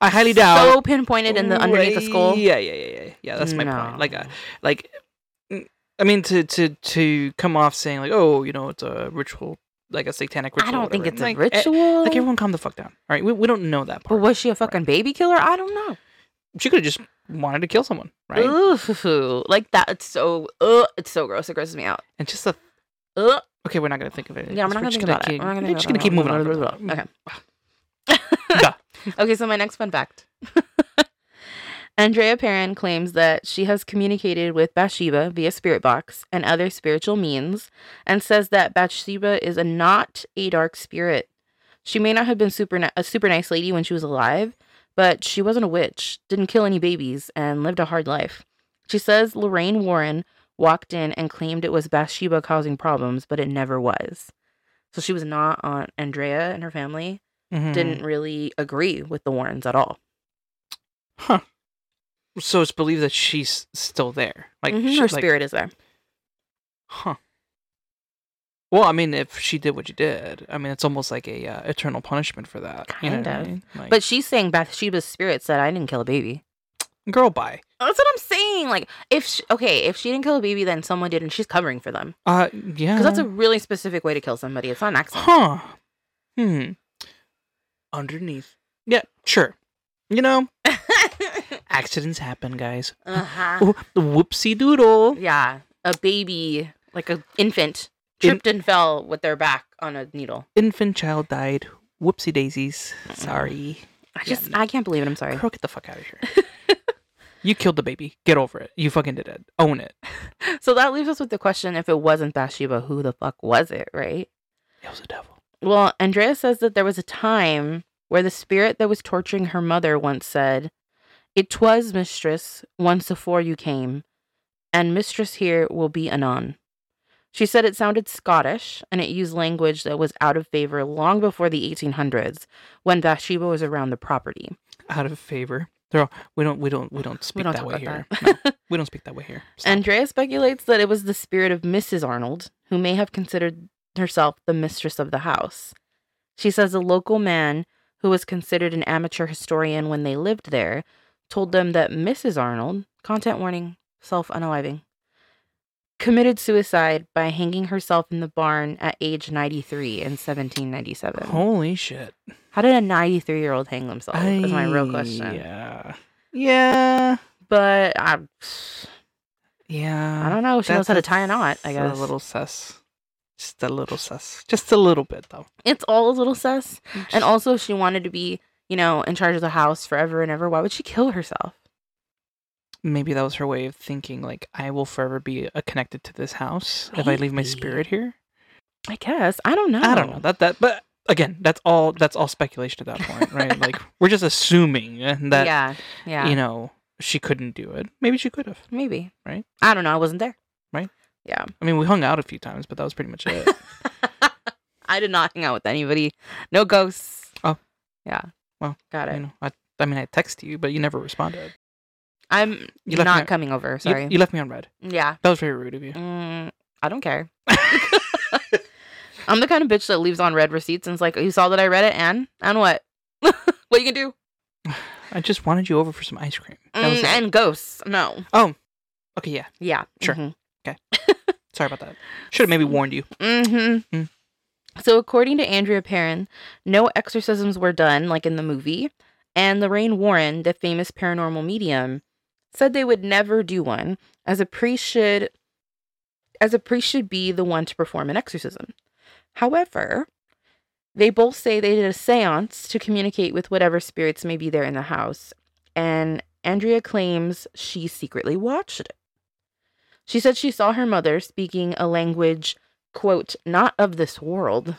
Speaker 1: I highly doubt. Oh,
Speaker 2: So pinpointed in the underneath the skull.
Speaker 1: Yeah, yeah, yeah, yeah. Yeah, that's my point. Like,
Speaker 2: No.
Speaker 1: uh, like, mm, I mean, to to to come off saying like, oh, you know, it's a ritual, like a satanic ritual.
Speaker 2: I don't think
Speaker 1: whatever.
Speaker 2: it's a
Speaker 1: Like, eh,
Speaker 2: ritual.
Speaker 1: like, everyone, calm the fuck down. All right, we, we don't know that
Speaker 2: but
Speaker 1: part.
Speaker 2: was she a fucking baby killer? I don't know.
Speaker 1: She could have just wanted to kill someone, right?
Speaker 2: Ooh, like that. It's so. Uh, it's so gross. It grosses me out.
Speaker 1: And just the
Speaker 2: Ugh.
Speaker 1: okay, we're not gonna think of it.
Speaker 2: Yeah, I'm not gonna
Speaker 1: just
Speaker 2: think about
Speaker 1: keep,
Speaker 2: it. We're not gonna
Speaker 1: we're
Speaker 2: think
Speaker 1: just
Speaker 2: about
Speaker 1: gonna keep
Speaker 2: it.
Speaker 1: moving on.
Speaker 2: Blah, blah,
Speaker 1: from
Speaker 2: blah,
Speaker 1: that.
Speaker 2: blah. Okay. okay. So my next fun fact. Andrea Perrin claims that she has communicated with Bathsheba via spirit box and other spiritual means, and says that Bathsheba is a not a dark spirit. She may not have been super ni- a super nice lady when she was alive, but she wasn't a witch, didn't kill any babies, and lived a hard life. She says Lorraine Warren walked in and claimed it was Bathsheba causing problems, but it never was. So she was not on Andrea and her family
Speaker 1: Mhm.
Speaker 2: didn't really agree with the Warrens at all.
Speaker 1: So it's believed that she's still there. Like
Speaker 2: Mhm,
Speaker 1: she-
Speaker 2: her
Speaker 1: like,
Speaker 2: spirit is there.
Speaker 1: Huh. Well, I mean, if she did what she did, I mean, it's almost like a uh, eternal punishment for that. you know
Speaker 2: Kind
Speaker 1: what I
Speaker 2: of.
Speaker 1: mean? Like,
Speaker 2: But she's saying Bathsheba's spirit said I didn't kill a baby.
Speaker 1: girl, bye.
Speaker 2: That's what I'm saying. Like if she, okay, if she didn't kill a baby, then someone did, and she's covering for them
Speaker 1: Uh, yeah.
Speaker 2: because that's a really specific way to kill somebody. It's not an accident.
Speaker 1: huh. Hmm. Underneath. Yeah, sure. You know, accidents happen, guys.
Speaker 2: uh-huh.
Speaker 1: Oh, whoopsie doodle.
Speaker 2: Yeah, a baby, like an infant, tripped and fell with their back on a needle.
Speaker 1: Infant child died. Whoopsie daisies.
Speaker 2: Mm.
Speaker 1: Sorry.
Speaker 2: I
Speaker 1: Yeah,
Speaker 2: just,
Speaker 1: no.
Speaker 2: I can't believe it. I'm sorry.
Speaker 1: Girl, get the fuck out of here. you killed the baby. Get over it. You fucking did it. Own it.
Speaker 2: So that leaves us with the question: If it wasn't Bathsheba, who the fuck was it? Right?
Speaker 1: It was the devil.
Speaker 2: Well, Andrea says that there was a time where the spirit that was torturing her mother once said, It twas mistress once afore you came, and mistress here will be anon. She said it sounded Scottish and it used language that was out of favor long before the 1800s when Bathsheba was around the property.
Speaker 1: out of favor. They're all, we don't we don't we don't speak
Speaker 2: don't
Speaker 1: that
Speaker 2: talk
Speaker 1: way here.
Speaker 2: about
Speaker 1: No, we don't speak that way here. Stop.
Speaker 2: Andrea speculates that it was the spirit of Mrs. Arnold, who may have considered herself the mistress of the house. She says a local man who was considered an amateur historian when they lived there, told them that Mrs. Arnold, content warning, self unaliving, committed suicide by hanging herself in the barn at age 93 in 1797.
Speaker 1: Holy shit.
Speaker 2: How did a 93 year old hang themselves? is Oh, my real
Speaker 1: I-
Speaker 2: question.
Speaker 1: Yeah. Yeah.
Speaker 2: But I,
Speaker 1: Yeah.
Speaker 2: I don't know. She knows how to
Speaker 1: That's
Speaker 2: tie a knot, I guess.
Speaker 1: A little sus. Just a little sus. Just a little bit though.
Speaker 2: It's all a little sus. And
Speaker 1: Just-
Speaker 2: also, if she wanted to be, you know, in charge of the house forever and ever, why would she kill herself?
Speaker 1: maybe that was her way of thinking like I will forever be uh, connected to this house if I leave my
Speaker 2: Maybe.
Speaker 1: spirit here.
Speaker 2: I guess. I don't know.
Speaker 1: I don't know. That that but again, that's all that's all speculation at that point, right? like we're just assuming uh, that
Speaker 2: yeah. Yeah.
Speaker 1: you know, she couldn't do it. Maybe she could have.
Speaker 2: Maybe.
Speaker 1: Right?
Speaker 2: I don't know. I wasn't there.
Speaker 1: I mean, we hung out a few times, but that was pretty much it.
Speaker 2: I did not hang out with anybody. No ghosts.
Speaker 1: Oh.
Speaker 2: Yeah.
Speaker 1: Well,
Speaker 2: got it.
Speaker 1: you know, I, I mean, I texted you, but you never responded.
Speaker 2: I'm
Speaker 1: You left me
Speaker 2: not
Speaker 1: out.
Speaker 2: coming over.
Speaker 1: You-
Speaker 2: Sorry.
Speaker 1: you left me on red.
Speaker 2: yeah.
Speaker 1: That was very rude of you.
Speaker 2: Mm, I don't care. I'm the kind of bitch that leaves on red receipts and is like, "Oh, you saw that I read it, and and what? what you can do?
Speaker 1: I just wanted you over for some ice cream. That was
Speaker 2: Mm,
Speaker 1: it.
Speaker 2: and ghosts. No.
Speaker 1: okay, yeah.
Speaker 2: Yeah.
Speaker 1: Sure.
Speaker 2: Mhm.
Speaker 1: Sorry about that. Should have maybe
Speaker 2: Mm.
Speaker 1: warned you.
Speaker 2: Mm-hmm.
Speaker 1: Mm.
Speaker 2: So, according to Andrea Perrin, no exorcisms were done like in the movie, and Lorraine Warren, the famous paranormal medium, said they would never do one, as a priest should, as a priest should be the one to perform an exorcism. However, they both say they did a séance to communicate with whatever spirits may be there in the house, and Andrea claims she secretly watched it. She said she saw her mother speaking a language quote, not of this world,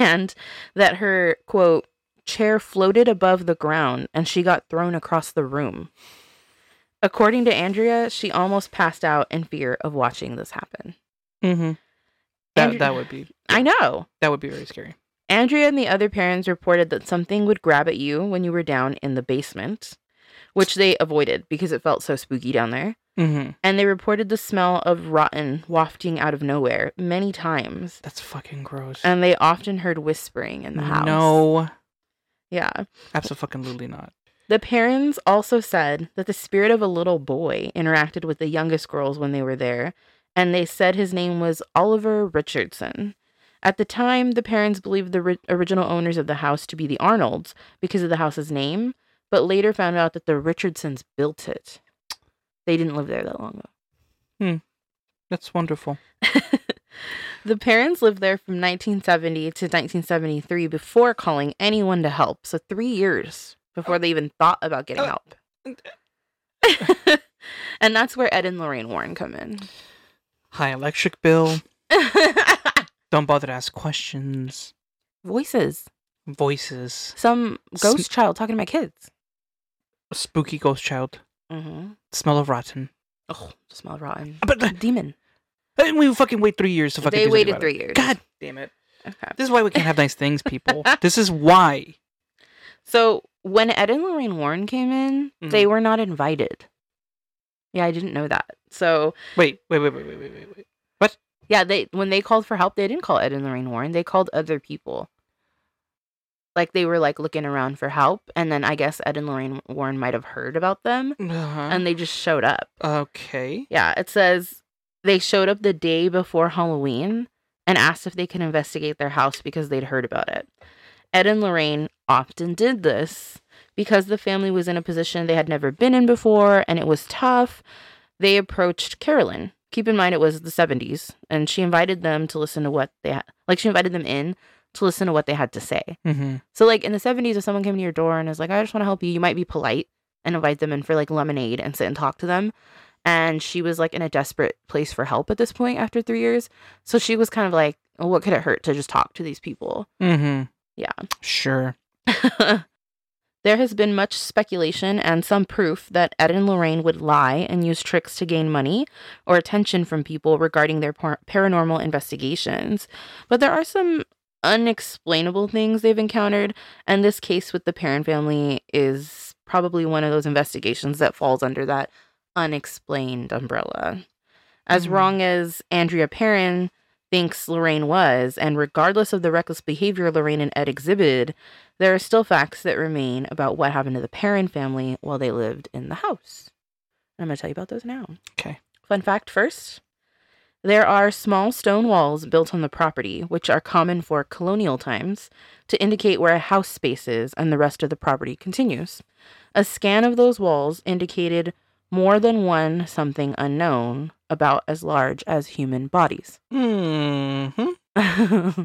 Speaker 2: and that her, quote, chair floated above the ground and she got thrown across the room. According to Andrea, she almost passed out in fear of watching this happen.
Speaker 1: Mm-hmm. That
Speaker 2: Andrew-
Speaker 1: that would be
Speaker 2: I know.
Speaker 1: that would be very scary.
Speaker 2: Andrea and the other parents reported that something would grab at you when you were down in the basement, which they avoided because it felt so spooky down there.
Speaker 1: Mm-hmm.
Speaker 2: And they reported the smell of rotten wafting out of nowhere many times.
Speaker 1: That's fucking gross.
Speaker 2: And they often heard whispering in the house.
Speaker 1: No,
Speaker 2: Yeah.
Speaker 1: absolutely not.
Speaker 2: The parents also said that the spirit of a little boy interacted with the youngest girls when they were there, and they said his name was Oliver Richardson. At the time, the parents believed the ri- original owners of the house to be the Arnolds because of the house's name, but later found out that the Richardsons built it. They didn't live there that long, though.
Speaker 1: That's wonderful.
Speaker 2: The parents lived there from 1970 to 1973 before calling anyone to help. So, three years before they even thought about getting
Speaker 1: Uh,
Speaker 2: help. and that's where Ed and Lorraine Warren come in.
Speaker 1: High electric bill. Don't bother to ask questions.
Speaker 2: Voices.
Speaker 1: Voices.
Speaker 2: Some ghost
Speaker 1: Sm-
Speaker 2: child talking to my kids.
Speaker 1: Spooky ghost child.
Speaker 2: Mm-hmm.
Speaker 1: Smell of rotten.
Speaker 2: Oh, smell rotten.
Speaker 1: But uh,
Speaker 2: Demon.
Speaker 1: and we fucking wait three years to fucking. do
Speaker 2: They
Speaker 1: something
Speaker 2: waited
Speaker 1: about
Speaker 2: three
Speaker 1: it.
Speaker 2: years.
Speaker 1: God damn it!
Speaker 2: Okay.
Speaker 1: This is why we can't have nice things, people. this is why.
Speaker 2: So when Ed and Lorraine Warren came in,
Speaker 1: Mm-hmm.
Speaker 2: they were not invited. Yeah, I didn't know that. So
Speaker 1: Wait, wait, wait, wait, wait, wait, wait, wait.
Speaker 2: Yeah, they when they called for help, they didn't call Ed and Lorraine Warren. They called other people. Like they were like looking around for help, and then I guess Ed and Lorraine Warren might have heard about them,
Speaker 1: Uh-huh.
Speaker 2: and they just showed up.
Speaker 1: okay.
Speaker 2: Yeah, it says they showed up the day before Halloween and asked if they could investigate their house because they'd heard about it. Ed and Lorraine often did this because the family was in a position they had never been in before and it was tough. They approached Carolyn. Keep in mind it was the 70s and she invited them to listen to what they had like she invited them in to listen to what they had to say.
Speaker 1: Mm-hmm.
Speaker 2: So like in the 70s if someone came to your door and is like I just want to help you, you might be polite and invite them in for like lemonade and sit and talk to them. And she was like in a desperate place for help at this point after 3 years. So she was kind of like, oh, what could it hurt to just talk to these people?
Speaker 1: Mm-hmm.
Speaker 2: Yeah.
Speaker 1: Sure.
Speaker 2: there has been much speculation and some proof that Ed and Lorraine would lie and use tricks to gain money or attention from people regarding their par- paranormal investigations. But there are some unexplainable things they've encountered, and this case with the Perrin family is probably one of those investigations that falls under that unexplained umbrella. As
Speaker 1: Mhm.
Speaker 2: wrong as Andrea Perrin thinks Lorraine was, and regardless of the reckless behavior Lorraine and Ed exhibited, there are still facts that remain about what happened to the Perrin family while they lived in the house. And I'm going to tell you about those now.
Speaker 1: Okay.
Speaker 2: Fun fact first there are small stone walls built on the property, which are common for colonial times, to indicate where a house space is and the rest of the property continues. A scan of those walls indicated more than one something unknown about as large as human bodies.
Speaker 1: Mm-hmm.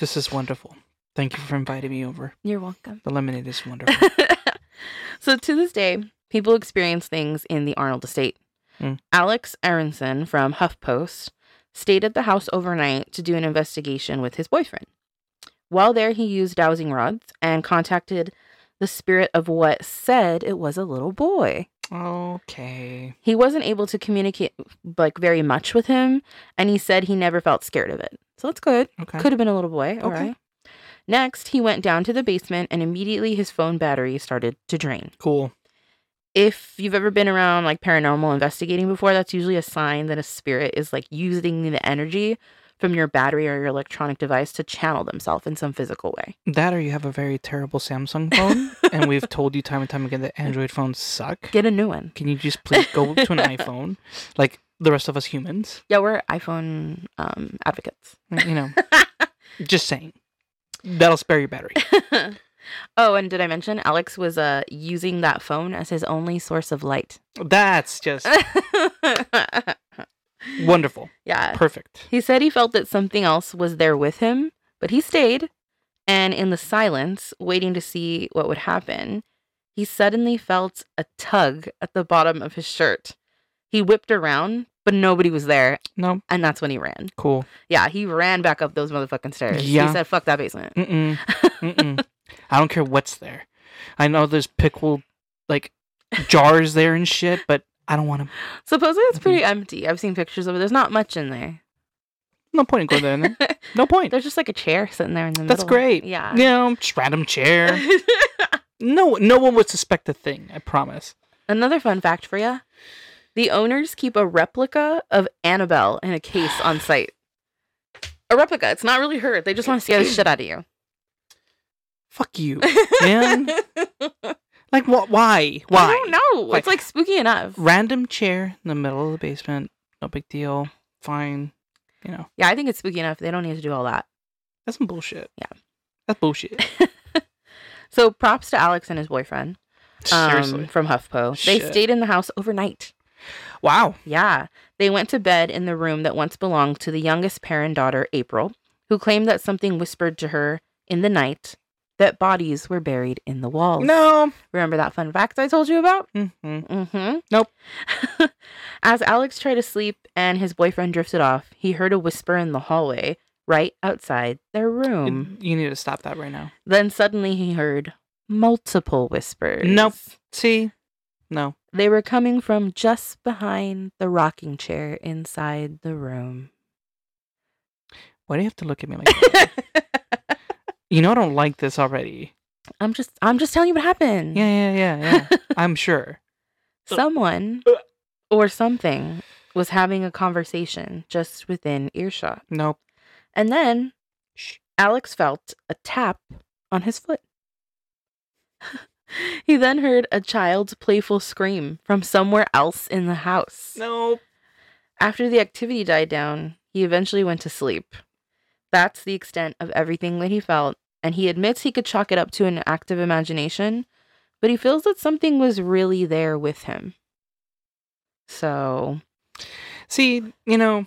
Speaker 1: This is wonderful. Thank you for inviting me over.
Speaker 2: You're welcome.
Speaker 1: The lemonade is wonderful.
Speaker 2: so to this day, people experience things in the Arnold estate. Hmm.
Speaker 1: Mm.
Speaker 2: Alex Aronson from HuffPost stayed at the house overnight to do an investigation with his boyfriend. While there, he used dowsing rods and contacted the spirit of what said it was a little boy.
Speaker 1: okay.
Speaker 2: He wasn't able to communicate like very much with him, and he said he never felt scared of it. So that's good.
Speaker 1: Okay.
Speaker 2: Could have been a little boy. All right.
Speaker 1: Okay.
Speaker 2: Next, he went down to the basement and immediately his phone battery started to drain.
Speaker 1: cool.
Speaker 2: If you've ever been around like paranormal investigating before, that's usually a sign that a spirit is like using the energy from your battery or your electronic device to channel themselves in some physical way.
Speaker 1: That or you have a very terrible Samsung phone, and we've told you time and time again that Android phones suck.
Speaker 2: Get a new one.
Speaker 1: Can you just please go to an iPhone, like the rest of us humans?
Speaker 2: Yeah, we're iPhone um, advocates.
Speaker 1: You know, just saying. That'll spare your battery.
Speaker 2: oh, and did I mention Alex was uh, using that phone as his only source of light?
Speaker 1: That's just wonderful.
Speaker 2: yeah.
Speaker 1: Perfect.
Speaker 2: He said he felt that something else was there with him, but he stayed. And in the silence, waiting to see what would happen, he suddenly felt a tug at the bottom of his shirt. He whipped around, but nobody was there.
Speaker 1: No,
Speaker 2: And that's when he ran.
Speaker 1: cool.
Speaker 2: Yeah, he ran back up those motherfucking stairs.
Speaker 1: Yeah.
Speaker 2: He said, fuck that basement.
Speaker 1: Mm-mm. Mm-mm. I don't care what's there. I know there's pickled like jars there and shit, but I don't want to.
Speaker 2: Supposedly it's pretty empty. I've seen pictures of it. There's not much in there.
Speaker 1: No point in going there. then. No point.
Speaker 2: There's just like a chair sitting there in the
Speaker 1: That's
Speaker 2: middle.
Speaker 1: great.
Speaker 2: Yeah.
Speaker 1: You know, just random chair. No, no one would suspect a thing. I promise.
Speaker 2: Another fun fact for you. The owners keep a replica of Annabelle in a case on site. A replica. It's not really her. They just want to scare the shit out of you.
Speaker 1: Fuck you, man. Like, what? Why? Why?
Speaker 2: I don't know.
Speaker 1: Why?
Speaker 2: It's like spooky enough.
Speaker 1: Random chair in the middle of the basement. No big deal. Fine. You know,
Speaker 2: Yeah, I think it's spooky enough. They don't need to do all that.
Speaker 1: that's some bullshit.
Speaker 2: Yeah.
Speaker 1: That's bullshit.
Speaker 2: So props to Alex and his boyfriend um,
Speaker 1: Seriously.
Speaker 2: from HuffPo. They
Speaker 1: Shit.
Speaker 2: stayed in the house overnight.
Speaker 1: Wow.
Speaker 2: Yeah. They went to bed in the room that once belonged to the youngest parent daughter, April, who claimed that something whispered to her in the night that bodies were buried in the walls.
Speaker 1: No.
Speaker 2: Remember that fun fact I told you about?
Speaker 1: hmm
Speaker 2: Mm-hmm.
Speaker 1: Nope.
Speaker 2: As Alex tried to sleep and his boyfriend drifted off, he heard a whisper in the hallway right outside their room.
Speaker 1: You need to stop that right now.
Speaker 2: Then suddenly he heard multiple whispers.
Speaker 1: Nope. See? No.
Speaker 2: They were coming from just behind the rocking chair inside the room.
Speaker 1: Why do you have to look at me like that? you know I don't like this already.
Speaker 2: I'm just I'm just telling you what happened.
Speaker 1: Yeah, yeah, yeah, yeah. I'm sure.
Speaker 2: Someone
Speaker 1: Ugh.
Speaker 2: or something was having a conversation just within earshot.
Speaker 1: Nope.
Speaker 2: And then
Speaker 1: Shh.
Speaker 2: Alex felt a tap on his foot. he then heard a child's playful scream from somewhere else in the house.
Speaker 1: Nope.
Speaker 2: After the activity died down, he eventually went to sleep. That's the extent of everything that he felt, and he admits he could chalk it up to an active imagination, but he feels that something was really there with him. So
Speaker 1: See, you know,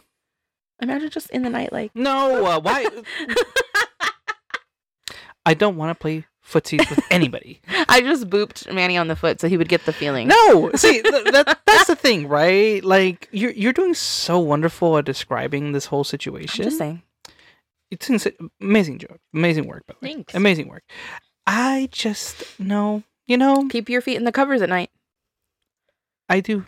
Speaker 2: imagine just in the night, like
Speaker 1: no, uh, why? I don't want to play footsies with anybody.
Speaker 2: I just booped Manny on the foot so he would get the feeling.
Speaker 1: No, see, th- that, that's the thing, right? Like, you're, you're doing so wonderful at describing this whole
Speaker 2: I'm
Speaker 1: situation.
Speaker 2: just saying.
Speaker 1: it's ins- amazing job, amazing work, by the way.
Speaker 2: Thanks.
Speaker 1: Amazing work. I just no, you know,
Speaker 2: Keep your feet in the covers at night.
Speaker 1: I do,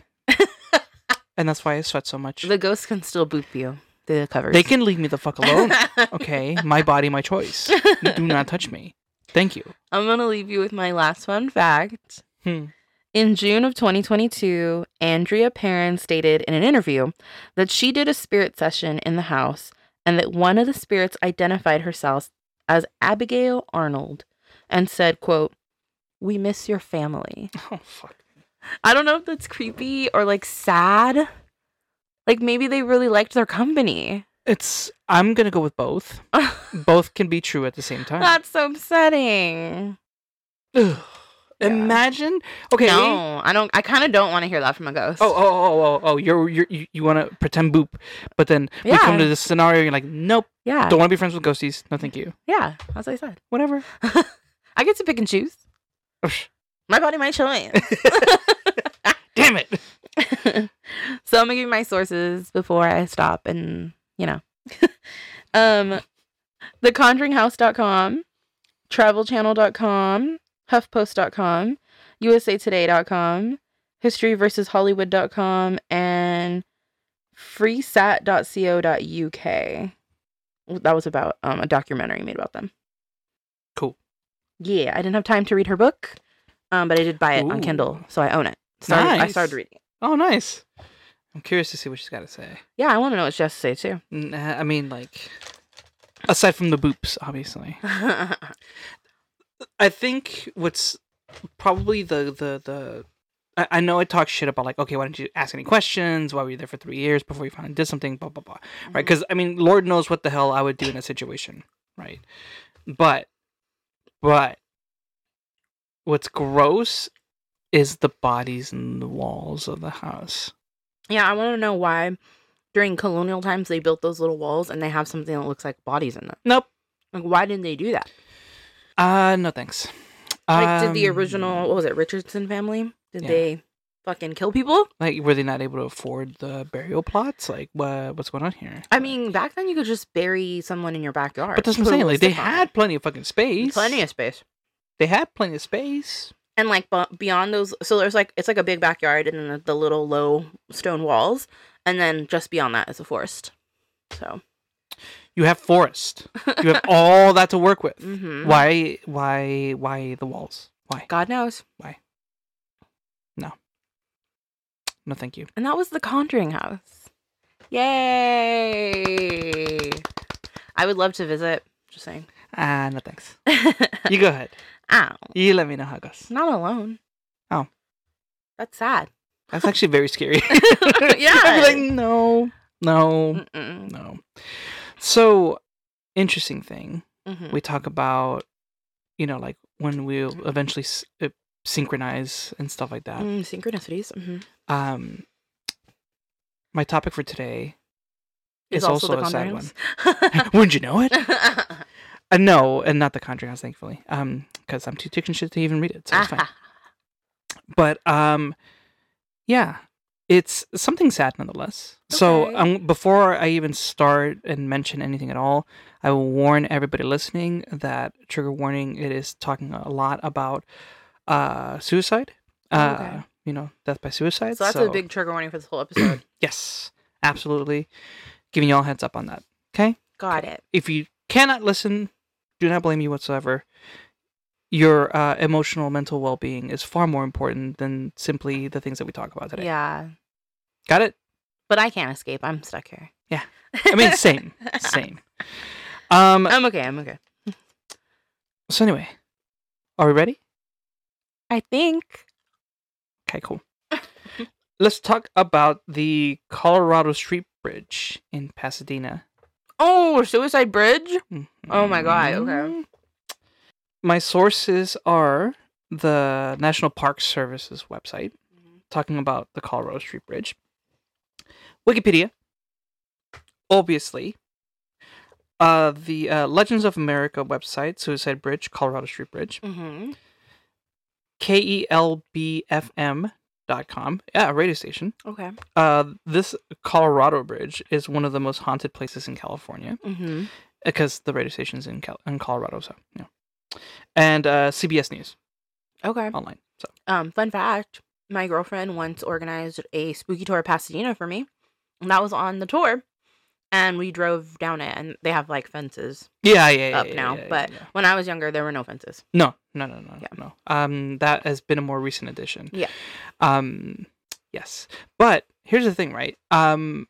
Speaker 1: and that's why I sweat so much.
Speaker 2: The ghosts can still boop you through the covers.
Speaker 1: They can leave me the fuck alone. Okay, my body, my choice.
Speaker 2: I'm
Speaker 1: Do not touch me. Thank you.
Speaker 2: gonna leave you with my last fun fact.
Speaker 1: Hmm.
Speaker 2: In June of 2022, Andrea Perrin stated in an interview that she did a spirit session in the house and that one of the spirits identified herself as Abigail Arnold and said, quote, "We miss your family."
Speaker 1: Oh fuck.
Speaker 2: I don't know if that's creepy or like sad. Like maybe they really liked their company.
Speaker 1: It's I'm gonna go with both. Both can be true at the same time.
Speaker 2: that's so upsetting.
Speaker 1: Ugh.
Speaker 2: Yeah.
Speaker 1: Imagine. Okay. we-
Speaker 2: No, I don't I kind of don't want to hear that from a ghost.
Speaker 1: Oh, oh, oh, oh, oh! You're, you're you you want to pretend boop, but then we come
Speaker 2: Yeah.
Speaker 1: to this scenario. You're like, nope,
Speaker 2: yeah.
Speaker 1: don't want to be friends with ghosties. No, thank you.
Speaker 2: Yeah, that's what I said.
Speaker 1: Whatever.
Speaker 2: I get to pick and choose.
Speaker 1: Psh,
Speaker 2: My body, my choice.
Speaker 1: Damn it.
Speaker 2: so I'm gonna give you my sources before I stop and you know. um theconjuringhouse.com, travelchannel.com, huffpost.com, usatoday.com, history versus hollywood.com and freesat.co.uk. That was about um, a documentary made about them.
Speaker 1: Cool.
Speaker 2: Yeah, I didn't have time to read her book, um, but I did buy it on
Speaker 1: Ooh.
Speaker 2: Kindle, so I own it. Started, I
Speaker 1: Nice.
Speaker 2: started reading it.
Speaker 1: Oh, nice. I'm curious to see what she's got to say.
Speaker 2: Yeah, I want to know what she has to say too.
Speaker 1: N- I mean, like, aside from the boops, obviously. I think what's probably the the the I, I know I talk shit about like okay why didn't you ask any questions why were you there for three years before you finally did something blah blah blah right because I mean Lord knows what the hell I would do in a situation right but but what's gross is the bodies in the walls of the house
Speaker 2: yeah, I want to know why during colonial times they built those little walls and they have something that looks like bodies in them.
Speaker 1: nope
Speaker 2: Like, why didn't they do that?
Speaker 1: uh no thanks
Speaker 2: Like, did the
Speaker 1: Um,
Speaker 2: original what was it Richardson family? Did
Speaker 1: yeah.
Speaker 2: they fucking kill people?
Speaker 1: like were they not able to afford the burial plots like what what's going on here
Speaker 2: I
Speaker 1: Like-
Speaker 2: mean, back then you could just bury someone in your backyard.
Speaker 1: But that's what I'm saying.
Speaker 2: Put a
Speaker 1: Like they
Speaker 2: stick on
Speaker 1: had
Speaker 2: it.
Speaker 1: plenty of fucking space.
Speaker 2: plenty of space,
Speaker 1: They had plenty of space.
Speaker 2: and like bu- beyond those, so there's like it's like a big backyard and then the, the little low stone walls, and then just beyond that is a forest. So
Speaker 1: You have forest. You have all that to work with.
Speaker 2: mhm.
Speaker 1: Why? Why? Why the walls? Why?
Speaker 2: God knows.
Speaker 1: No, thank you.
Speaker 2: And that was The Conjuring House. Yay! I would love to visit. Just saying.
Speaker 1: Ah, no thanks.
Speaker 2: Ow.
Speaker 1: You go ahead. You let me know how it goes.
Speaker 2: Not alone.
Speaker 1: Oh.
Speaker 2: That's sad.
Speaker 1: That's actually very scary.
Speaker 2: yeah. Mm.
Speaker 1: I'd be like, no, no,
Speaker 2: Mm-mm.
Speaker 1: no. So, interesting thing.
Speaker 2: Mhm.
Speaker 1: We talk about, you know, like when we'll eventually s- uh, synchronize and stuff like that.
Speaker 2: Mm, synchronicities. hmm
Speaker 1: Um, my topic for today
Speaker 2: It's
Speaker 1: is also, a sad one.
Speaker 2: one.
Speaker 1: Wouldn't you know it? Uh, no, and not the Conjuring House, thankfully, Um, because I'm too chicken shit to even read it, so
Speaker 2: Ah.
Speaker 1: it's fine. But um, yeah, it's something sad nonetheless. So
Speaker 2: Okay.
Speaker 1: um, before I even start and mention anything at all, I will warn everybody listening that trigger warning. It is talking a lot about uh suicide. Uh,
Speaker 2: Oh, Okay.
Speaker 1: you know, death by suicide.
Speaker 2: so that's a big trigger warning for this whole episode.
Speaker 1: Yes, absolutely. Giving y'all a heads up on that. Okay.
Speaker 2: Got it.
Speaker 1: If you cannot listen, do not blame you whatsoever. Your uh, emotional, mental well being is far more important than simply the things that we talk about today.
Speaker 2: Yeah.
Speaker 1: Got it?
Speaker 2: But I can't escape. I'm stuck here.
Speaker 1: Yeah. I mean, same, same. Um.
Speaker 2: I'm okay. I'm okay.
Speaker 1: So anyway, are we ready?
Speaker 2: I think.
Speaker 1: Okay, cool. Let's talk about the Colorado Street Bridge in Pasadena.
Speaker 2: Oh, Suicide Bridge? Oh my God, okay.
Speaker 1: Mhm. My sources are the National Park Service's website,
Speaker 2: Mm-hmm.
Speaker 1: talking about the Colorado Street Bridge, Wikipedia, obviously, uh, the uh, Legends of America website, Suicide Bridge, Colorado Street Bridge,
Speaker 2: Mm-hmm.
Speaker 1: E KELBFM.com, yeah, a radio station.
Speaker 2: Okay.
Speaker 1: Uh, this Colorado Bridge is one of the most haunted places in California.
Speaker 2: Mm-hmm.
Speaker 1: because the radio station's in Cal- in Colorado, so yeah. And uh, CBS News
Speaker 2: Okay.
Speaker 1: online. So
Speaker 2: Um, fun fact: my girlfriend once organized a spooky tour of Pasadena for me, and that was on the tour. and we drove down it and they have like fences
Speaker 1: Yeah, yeah, yeah.
Speaker 2: up
Speaker 1: yeah,
Speaker 2: now
Speaker 1: yeah,
Speaker 2: but
Speaker 1: yeah, yeah.
Speaker 2: when i was younger there were no fences
Speaker 1: no, no, no, no,
Speaker 2: Yeah.
Speaker 1: no. Um, that has been a more recent addition.
Speaker 2: Yeah.
Speaker 1: Um, yes, but here's the thing, right? Um,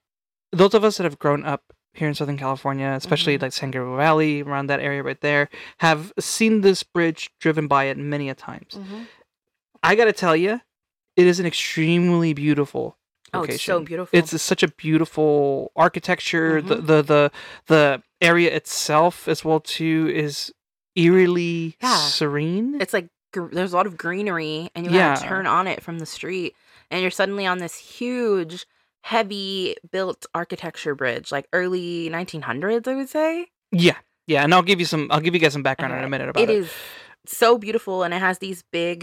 Speaker 1: those of us that have grown up here in Southern California, especially
Speaker 2: Mhm.
Speaker 1: like San Gabriel Valley, around that area right there, have seen this bridge driven by it many a times.
Speaker 2: Mm-hmm.
Speaker 1: I gotta tell you, it is an extremely beautiful
Speaker 2: oh
Speaker 1: location.
Speaker 2: it's so beautiful Mm-hmm.
Speaker 1: It's such a beautiful architecture. The, the the the area itself, as well too, is eerily
Speaker 2: Yeah.
Speaker 1: serene.
Speaker 2: it's like gr- there's a lot of greenery and you
Speaker 1: Yeah.
Speaker 2: gotta turn on it from the street and you're suddenly on this huge heavy built architecture bridge like early 1900s i would say
Speaker 1: yeah, yeah, and I'll give you some. I'll give you guys some background in a
Speaker 2: Okay.
Speaker 1: minute about it.
Speaker 2: it is so beautiful and it has these big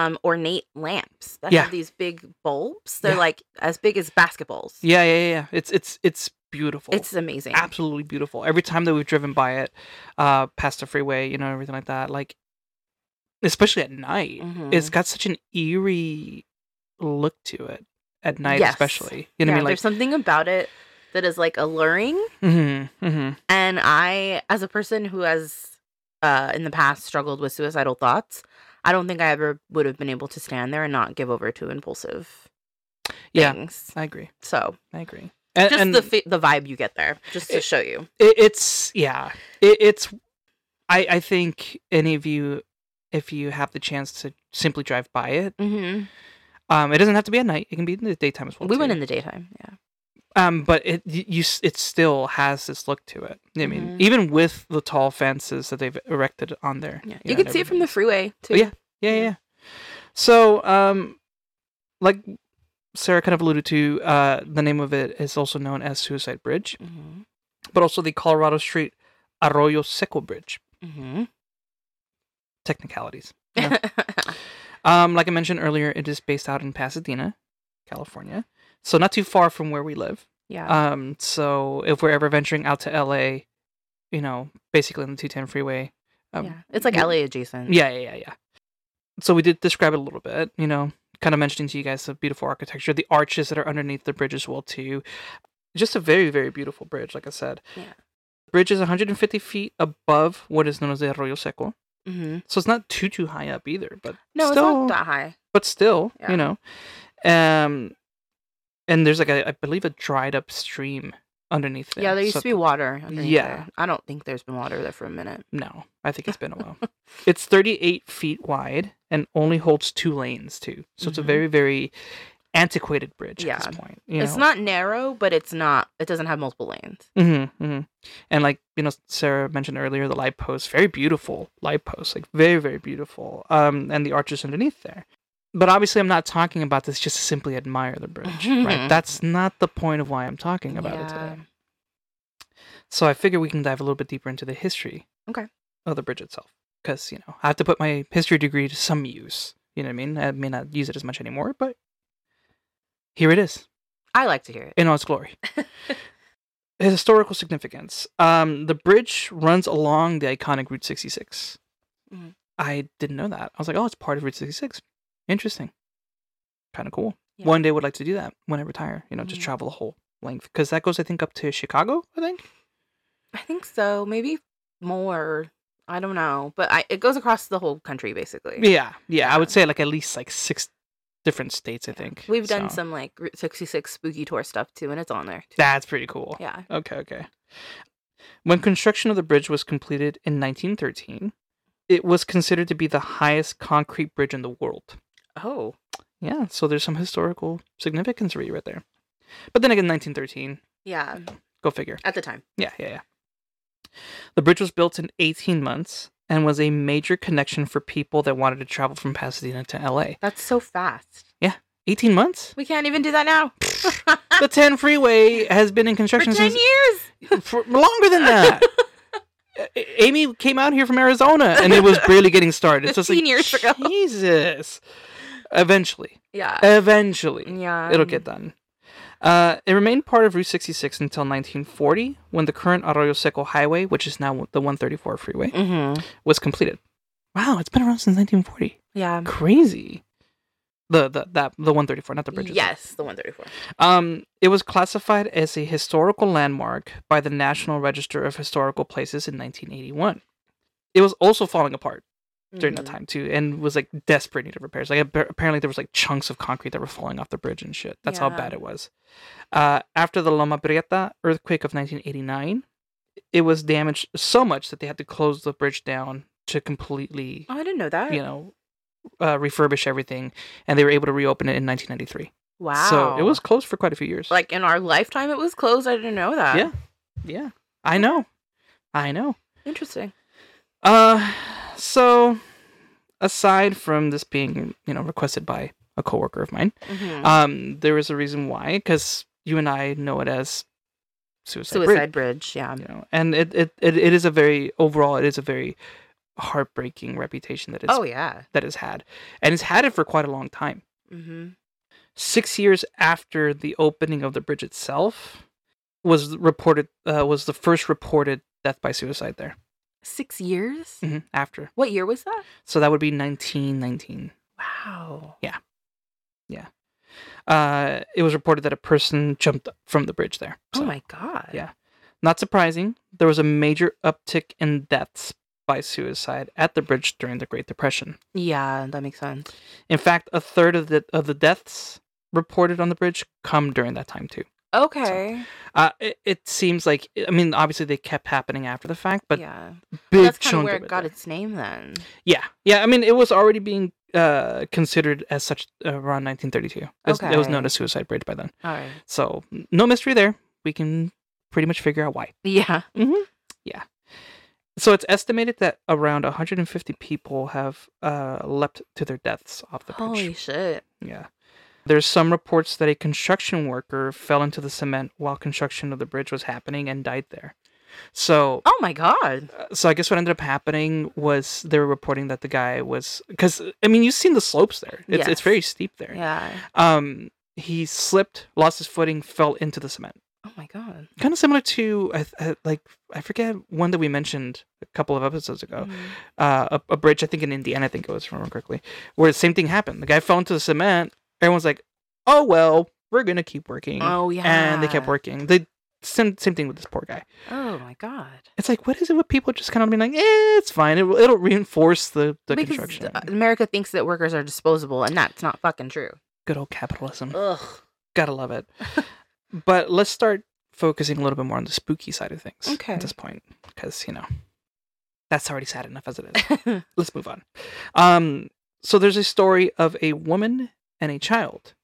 Speaker 2: um ornate lamps that
Speaker 1: Yeah.
Speaker 2: have these big bulbs they're
Speaker 1: Yeah.
Speaker 2: like as big as basketballs
Speaker 1: Yeah, yeah, yeah, yeah. It's it's it's beautiful.
Speaker 2: it's amazing
Speaker 1: absolutely beautiful. Every time that we've driven by it, uh, past the freeway, you know, everything like that, like especially at night,
Speaker 2: Mhm.
Speaker 1: it's got such an eerie look to it at night,
Speaker 2: Yes.
Speaker 1: especially. You know what I
Speaker 2: yeah,
Speaker 1: mean? Like,
Speaker 2: there's something about it that is like alluring
Speaker 1: mm-hmm, mm-hmm.
Speaker 2: And I, as a person who has uh, in the past struggled with suicidal thoughts, I don't think I ever would have been able to stand there and not give over to impulsive
Speaker 1: Yeah.
Speaker 2: things.
Speaker 1: I agree.
Speaker 2: So
Speaker 1: I agree. And,
Speaker 2: just
Speaker 1: and
Speaker 2: the fi- the vibe you get there, just to
Speaker 1: It-
Speaker 2: show you.
Speaker 1: it, it's yeah, it, it's. I I think any of you, if you have the chance to simply drive by it,
Speaker 2: hmm
Speaker 1: um, it doesn't have to be at night. It can be in the daytime as well.
Speaker 2: We
Speaker 1: too.
Speaker 2: went in the daytime. Yeah.
Speaker 1: um but it y- you s- it still has this look to it i mean
Speaker 2: Mhm.
Speaker 1: even with the tall fences that they've erected on there
Speaker 2: Yeah.
Speaker 1: know,
Speaker 2: You could
Speaker 1: and
Speaker 2: see it from the
Speaker 1: everything.
Speaker 2: freeway too.
Speaker 1: yeah. yeah yeah yeah. so um like sarah kind of alluded to uh the name of it is also known as suicide bridge
Speaker 2: hmm
Speaker 1: but also the colorado street arroyo seco bridge
Speaker 2: hmm
Speaker 1: technicalities um like i mentioned earlier it is based out in pasadena california so not too far from where we live
Speaker 2: yeah.
Speaker 1: Um, so if we're ever venturing out to LA, you know, basically on the 210 freeway. Um,
Speaker 2: yeah. It's like
Speaker 1: yeah.
Speaker 2: LA adjacent.
Speaker 1: yeah, yeah, yeah, yeah. So we did describe it a little bit, you know, kind of mentioning to you guys the beautiful architecture, the arches that are underneath the bridge as well too. Just a very, very beautiful bridge, like I said.
Speaker 2: Yeah.
Speaker 1: Bridge is 150 feet above what is known as the Arroyo Seco,
Speaker 2: hmm
Speaker 1: so it's not too too high up either, but
Speaker 2: No,
Speaker 1: still,
Speaker 2: it's not that high.
Speaker 1: but still,
Speaker 2: Yeah.
Speaker 1: you know, um, and there's like a, I believe a dried up stream underneath there.
Speaker 2: Yeah, there used
Speaker 1: so
Speaker 2: to be water. Underneath
Speaker 1: Yeah.
Speaker 2: there. I don't think there's been water there for a minute.
Speaker 1: No, I think it's been a while. it's 38 feet wide and only holds two lanes too. So it's a
Speaker 2: Mhm.
Speaker 1: very very antiquated bridge at
Speaker 2: Yeah.
Speaker 1: this point. you
Speaker 2: It's
Speaker 1: know?
Speaker 2: not narrow, but it's not. It doesn't have multiple lanes.
Speaker 1: Mhm, mhm. And like you know, Sarah mentioned earlier, the light post, very beautiful light post, like very very beautiful. Um, and the arches underneath there. But obviously, I'm not talking about this just to simply admire the bridge, right? That's not the point of why I'm talking about it
Speaker 2: Yeah.
Speaker 1: today. So I figure we can dive a little bit deeper into the history.
Speaker 2: Okay.
Speaker 1: Of the bridge itself, because you know I have to put my history degree to some use. You know what I mean? I may not use it as much anymore, but here it is
Speaker 2: I like to hear it.
Speaker 1: in all its glory. Historical significance. Um, the bridge runs along the iconic Route 66.
Speaker 2: Mhm.
Speaker 1: I didn't know that. I was like, oh, it's part of Route 66. Interesting. Kind of cool.
Speaker 2: Yeah.
Speaker 1: One day would like to do that when I retire, you know, just
Speaker 2: Mhm.
Speaker 1: travel the whole length. Because that goes, I think, up to Chicago, I think.
Speaker 2: I think so. Maybe more. I don't know, but I, it goes across the whole country basically.
Speaker 1: Yeah. Yeah. I
Speaker 2: Yeah.
Speaker 1: would say like at least like six different states, I think.
Speaker 2: We've done
Speaker 1: So,
Speaker 2: some like Route 66 spooky tour stuff too, and it's on there. Too.
Speaker 1: That's pretty cool.
Speaker 2: yeah.
Speaker 1: Okay, okay. When construction of the bridge was completed in 1913, it was considered to be the highest concrete bridge in the world.
Speaker 2: Oh.
Speaker 1: Yeah, so there's some historical significance for you right there. But then again, 1913,
Speaker 2: Yeah.
Speaker 1: go figure.
Speaker 2: At the time.
Speaker 1: Yeah, yeah, yeah. The bridge was built in 18 months and was a major connection for people that wanted to travel from Pasadena to LA.
Speaker 2: That's so fast.
Speaker 1: 18 months?
Speaker 2: We can't even do that now. For
Speaker 1: The 10 freeway has been in construction
Speaker 2: 10
Speaker 1: since
Speaker 2: years.
Speaker 1: for longer than that. A- Amy came out here from Arizona, and it was barely getting started. So it's like,
Speaker 2: 15 years ago.
Speaker 1: Jesus. Eventually,
Speaker 2: Yeah.
Speaker 1: eventually,
Speaker 2: Yeah.
Speaker 1: it'll get done. Uh, it remained part of Route 66 until 1940, when the current Arroyo Seco Highway, which is now the 134 freeway,
Speaker 2: Mm-hmm.
Speaker 1: was completed. Wow, it's been around since 1940.
Speaker 2: Yeah.
Speaker 1: Crazy. The the that the 134, not the bridges.
Speaker 2: Yes, the 134.
Speaker 1: Um, it was classified as a historical landmark by the National Register of Historical Places in 1981. It was also falling apart during that
Speaker 2: Mhm.
Speaker 1: time too, and was like desperate need of repairs. Like ap- apparently there was like chunks of concrete that were falling off the bridge and shit. That's how
Speaker 2: Yeah.
Speaker 1: bad it was. Uh, after the Loma Prieta earthquake of 1989, it was damaged so much that they had to close the bridge down to completely,
Speaker 2: Oh, I didn't know that.
Speaker 1: you know, uh, refurbish everything, and they were able to reopen it in 1993.
Speaker 2: wow.
Speaker 1: So it was closed for quite a few years.
Speaker 2: like in our lifetime it was closed. I didn't know that.
Speaker 1: Yeah. Yeah, I know, I know.
Speaker 2: Interesting.
Speaker 1: Uh, so aside from this being, you know, requested by a coworker of mine,
Speaker 2: Mhm.
Speaker 1: um, there is a reason why, because you and I know it as suicide,
Speaker 2: Suicide
Speaker 1: Bridge,
Speaker 2: Bridge. Yeah.
Speaker 1: you know, and it, it, it, it is a very overall, it is a very heartbreaking reputation that it's
Speaker 2: Oh yeah.
Speaker 1: that it's had, and it's had it for quite a long time.
Speaker 2: Mm-hmm.
Speaker 1: Six years after the opening of the bridge itself, was reported uh, was the first reported death by suicide there.
Speaker 2: Six years.
Speaker 1: Mhm, After,
Speaker 2: What year was that?
Speaker 1: so that would be nineteen nineteen.
Speaker 2: Wow.
Speaker 1: uh, it was reported that a person jumped from the bridge there. So,
Speaker 2: oh my god.
Speaker 1: yeah. Not surprising, there was a major uptick in deaths by suicide at the bridge during the Great Depression.
Speaker 2: Yeah, that makes sense.
Speaker 1: In fact, a third of the of the deaths reported on the bridge come during that time too.
Speaker 2: Okay.
Speaker 1: Uh, it, it seems like I mean, obviously they kept happening after the fact, but
Speaker 2: yeah.
Speaker 1: big
Speaker 2: that's kind of
Speaker 1: chunk
Speaker 2: where
Speaker 1: of
Speaker 2: it got
Speaker 1: there.
Speaker 2: its name then.
Speaker 1: Yeah, yeah. I mean, it was already being uh considered as such uh, around 1932. It was, it was
Speaker 2: Okay.
Speaker 1: known as Suicide Bridge by then.
Speaker 2: All right.
Speaker 1: So n- no mystery there. We can pretty much figure out why.
Speaker 2: Yeah.
Speaker 1: Mm-hmm. Yeah. So it's estimated that around 150 people have uh, leapt to their deaths off the bridge.
Speaker 2: Holy shit.
Speaker 1: Yeah. There's some reports that a construction worker fell into the cement while construction of the bridge was happening and died there. So,
Speaker 2: Oh my god.
Speaker 1: uh, so I guess what ended up happening was they were reporting that the guy was because I mean you've seen the slopes there. It's
Speaker 2: Yes.
Speaker 1: it's very steep there.
Speaker 2: Yeah.
Speaker 1: Um, he slipped, lost his footing, fell into the cement
Speaker 2: Oh my god.
Speaker 1: kind of similar to I, th- I like I forget one that we mentioned a couple of episodes ago.
Speaker 2: Mhm.
Speaker 1: Uh, a, a bridge I think in Indiana, I think it was if I remember correctly, where the same thing happened. The guy fell into the cement. Everyone's like, "Oh well, we're gonna keep working,"
Speaker 2: Oh yeah.
Speaker 1: and they kept working. They same same thing with this poor guy.
Speaker 2: Oh my god.
Speaker 1: It's like, what is it with people just kind of being like, "Eh, it's fine. It, will- it'll reinforce the the
Speaker 2: Because
Speaker 1: construction."
Speaker 2: uh, America thinks that workers are disposable, and that's not fucking true.
Speaker 1: Good old capitalism.
Speaker 2: Ugh.
Speaker 1: Gotta love it. but let's start focusing a little bit more on the spooky side of things
Speaker 2: Okay.
Speaker 1: at this point, because you know that's already sad enough as it is. let's move on. Um, so there's a story of a woman and a child